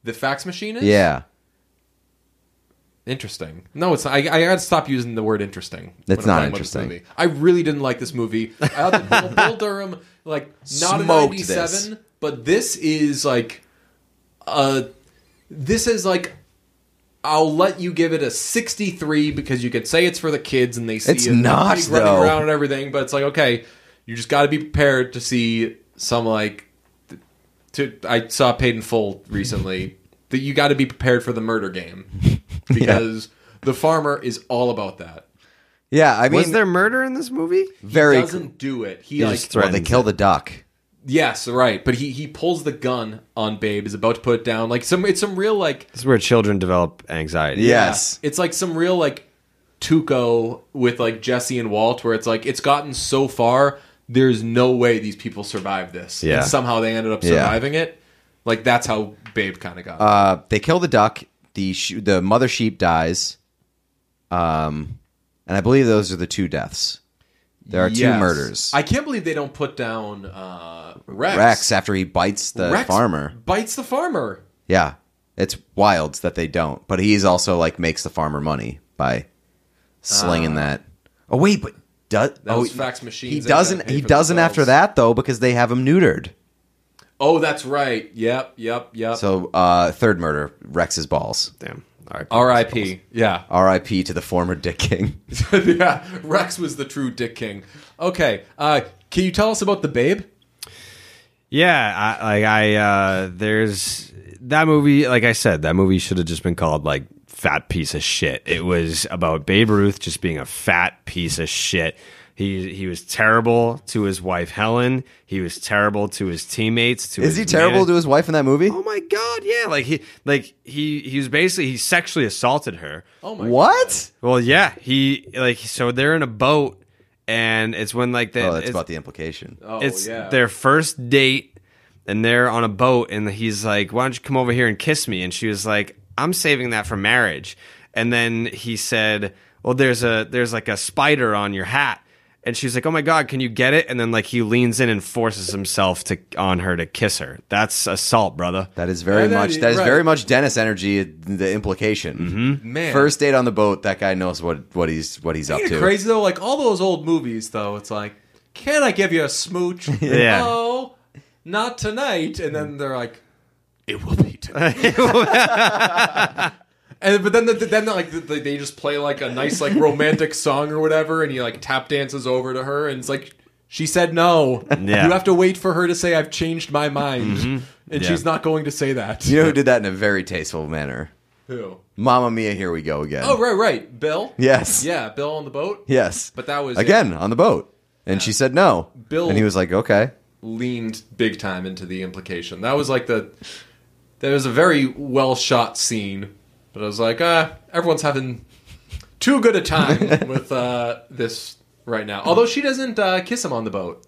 the fax machine is Yeah. interesting. No, it's. I, I gotta stop using the word interesting. when That's I'm not talking about this interesting. movie. I really didn't like this movie. I thought that Bill Durham like not a Smoked 97, this. but this is like uh this is like I'll let you give it a 63 because you could say it's for the kids and they see It's a not, pig running though. around and everything, but it's like okay, you just got to be prepared to see some like to I saw Paid in Full recently that you got to be prepared for the murder game because the farmer is all about that. Yeah, I mean, was there murder in this movie? very. he doesn't do it. He, like just well, they threatens kill the duck. yes, right, but he he pulls the gun on Babe is about to put it down. Like some it's some real like This is where children develop anxiety. Yes. Yeah. It's like some real like Tuco with like Jesse and Walt where it's like it's gotten so far there's no way these people survive this. Yeah. And somehow they ended up Yeah. surviving it. Like that's how Babe kind of got. Uh, they kill the duck. The sh- the mother sheep dies. Um, and I believe those are the two deaths. There are two Yes. murders. I can't believe they don't put down uh Rex. Rex after he bites the Rex farmer. bites the farmer. Yeah, it's wild that they don't. But he's also like makes the farmer money by slinging that. Oh wait, but does oh, was Ah. fax machines He that gotta doesn't. pay He for doesn't after themselves. that though because they have him neutered. Oh, that's right. Yep, yep, yep. So uh, third murder, Rex's balls. Damn. All right. R.I.P. Yeah. R.I.P. to the former Dick King. yeah. Rex was the true dick king. Okay. Uh can you tell us about the babe? Yeah, I, like I uh there's that movie like I said that movie should have just been called like fat piece of shit. It was about Babe Ruth just being a fat piece of shit. He he was terrible to his wife Helen. He was terrible to his teammates. To Is he his terrible mana- to his wife in that movie? Oh my god, yeah. Like he like he he was basically he sexually assaulted her. Oh my what? Well, yeah, he like so they're in a boat and it's when like the Oh, that's it's- about the implication. Oh, it's yeah. their first date and they're on a boat and he's like why don't you come over here and kiss me and she was like i'm saving that for marriage and then he said well there's a there's like a spider on your hat and she's like oh my god can you get it and then like he leans in and forces himself to on her to kiss her that's assault brother That is very Yeah, that much. is- That is right. very much Dennis energy. The implication. Man. First date on the boat. That guy knows what what he's what he's up Ain't to. it crazy though? Like all those old movies, though, it's like, can I give you a smooch? Yeah. No, not tonight. And then they're like, it will be tonight. and but then the, then like they they just play like a nice like romantic song or whatever, and he like tap dances over to her, and it's like. She said no. Yeah. You have to wait for her to say I've changed my mind, and Yeah. she's not going to say that. You know who did that in a very tasteful manner? Who? Mamma Mia, here we go again. Oh right, right. Bill. Yes. Yeah, Bill on the boat. Yes. But that was it. again on the boat, and she said no. Bill- and he was like, okay. leaned big time into the implication. That was like the that was a very well shot scene, but I was like, ah, everyone's having too good a time with uh, this right now. Although she doesn't uh, kiss him on the boat.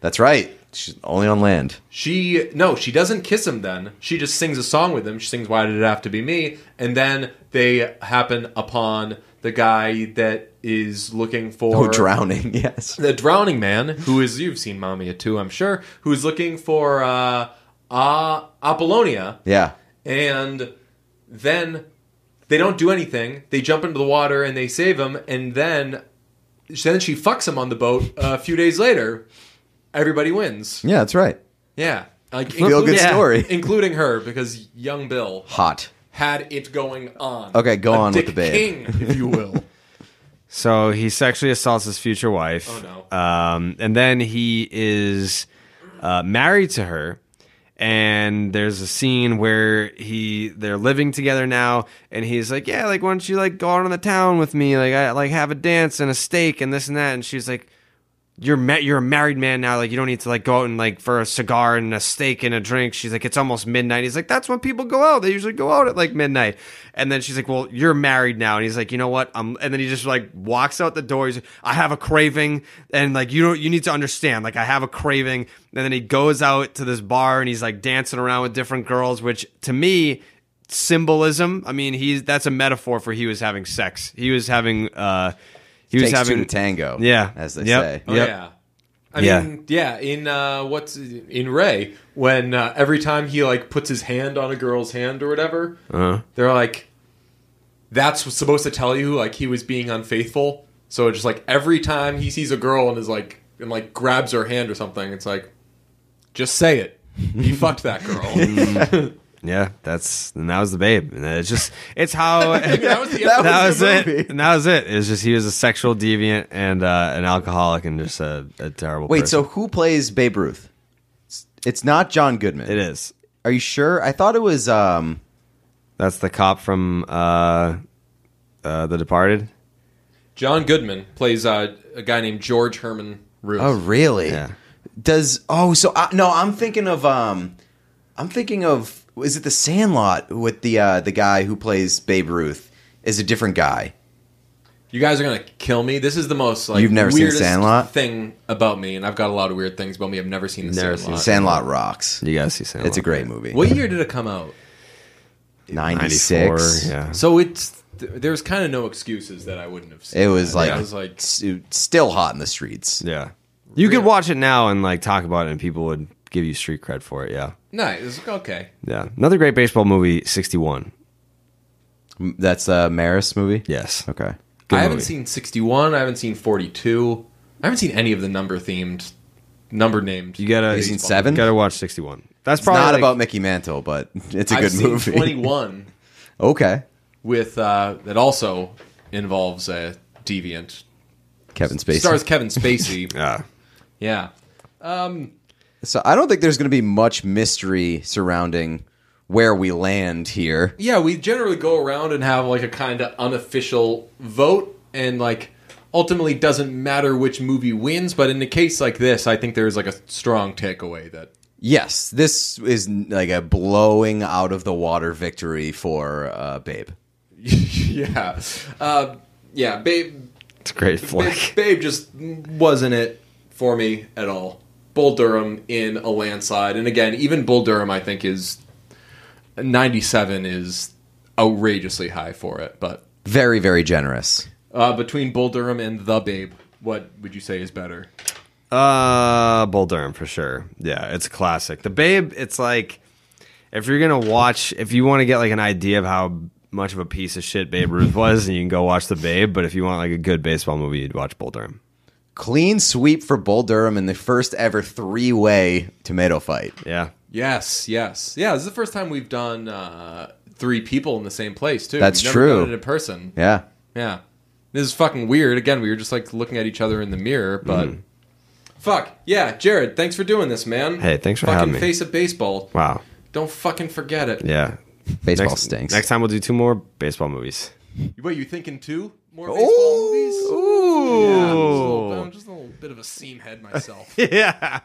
That's right. She's only on land. She no, she doesn't kiss him. Then she just sings a song with him. She sings "Why Did It Have to Be Me," and then they happen upon the guy that is looking for Oh, drowning. Yes. the drowning man, who is you've seen Mamia too, I'm sure, who is looking for uh, uh, Apollonia, Yeah. and then they don't do anything. They jump into the water and they save him, and then then she fucks him on the boat. a few days later, everybody wins. Yeah. That's right. Yeah, like Feel good including- story. including her because young Bill Hot. had it going on. Okay, go A on with dick the babe. king, if you will. So he sexually assaults his future wife. Oh, no! Um, and then he is uh, married to her, and there's a scene where he they're living together now, and he's like, "Yeah, like why don't you like go out on the town with me? Like I like have a dance and a steak and this and that." And she's like, "You're ma- you're a married man now. Like you don't need to like go out and like for a cigar and a steak and a drink." She's like, "It's almost midnight." He's like, "That's when people go out. They usually go out at like midnight." And then she's like, "Well, you're married now." And he's like, "You know what?" Um, and then he just like walks out the door. He's like, "I have a craving, and like you don't you need to understand. Like I have a craving." And then he goes out to this bar and he's like dancing around with different girls, which to me symbolism. I mean, he's that's a metaphor for he was having sex. He was having uh he was Takes having two to tango. Yeah. As they Yep. say. Oh Yep. yeah. I Yeah. mean, yeah, in uh what's in Ray when uh, every time he like puts his hand on a girl's hand or whatever, Uh-huh. they're like that's what's supposed to tell you like he was being unfaithful. So it's just like every time he sees a girl and is like and like grabs her hand or something, it's like just say it. He fucked that girl. Yeah, that's and that was the babe, and it's just it's how That was the- that, that was was, the it, and that was it. It was just he was a sexual deviant and uh, an alcoholic and just a, a terrible. Wait, so person. who plays Babe Ruth? It's- It's not John Goodman. It is. Are you sure? I thought it was. um That's the cop from uh, uh, The Departed. John Goodman plays uh, a guy named George Herman Ruth. Oh, really? Does oh so I, no? I'm thinking of um, I'm thinking of is it the Sandlot with the uh the guy who plays Babe Ruth is a different guy. You guys are gonna kill me. This is the most like You've never seen weirdest Sandlot? thing about me, and I've got a lot of weird things about me. I've never seen the Sandlot. Sandlot rocks. You guys see Sandlot? It's a great movie. Uh, What year did it come out? Ninety six. Yeah. So it's th- there's kind of no excuses that I wouldn't have seen. It was that. like, I was like s- still hot in the streets. Yeah. You could watch it now and like talk about it, and people would give you street cred for it. Yeah, nice, okay. yeah. Another great baseball movie, sixty one. M- That's a Maris movie. Yes. Okay. Good I haven't movie. seen 61. I haven't seen 42. I haven't seen any of the number themed, number named. You gotta. Have you seen Seven? You gotta watch sixty one. That's It's probably not like- about Mickey Mantle, but it's a I've good seen movie. 21 Okay. with uh, that also involves a deviant. Kevin Spacey. Stars Kevin Spacey. Yeah. yeah. So I don't think there's going to be much mystery surrounding where we land here. Yeah, we generally go around and have like a kind of unofficial vote, and like ultimately doesn't matter which movie wins. But in a case like this, I think there's like a strong takeaway that Yes, this is n- like a blowing out of the water victory for uh, Babe. yeah, uh, yeah, babe, It's a great babe, flick. babe just wasn't it for me at all. Bull Durham in a landslide, and again, even Bull Durham, I think is ninety-seven is outrageously high for it. But Very, very generous. uh, between Bull Durham and the Babe, what would you say is better? Uh, Bull Durham for sure. Yeah, it's a classic. The Babe, it's like if you're gonna watch, if you want to get like an idea of how much of a piece of shit Babe Ruth was, then you can go watch The Babe. But if you want like a good baseball movie, you'd watch Bull Durham. Clean sweep for Bull Durham in the first ever three way tomato fight. Yeah, Yes, yes, yeah. This is the first time we've done uh, three people in the same place too. That's We've true. Never done it in person. Yeah. Yeah. This is fucking weird. Again, we were just like looking at each other in the mirror, but Mm. fuck. Yeah, Jared, thanks for doing this, man. Hey, thanks for fucking having me. face of baseball. wow. Don't fucking forget it. Yeah, Baseball next, stinks. Next time we'll do two more baseball movies. Wait, you thinking two more baseball movies? Ooh. Yeah, I'm, just a little, I'm just a little bit of a seam head myself. Yeah.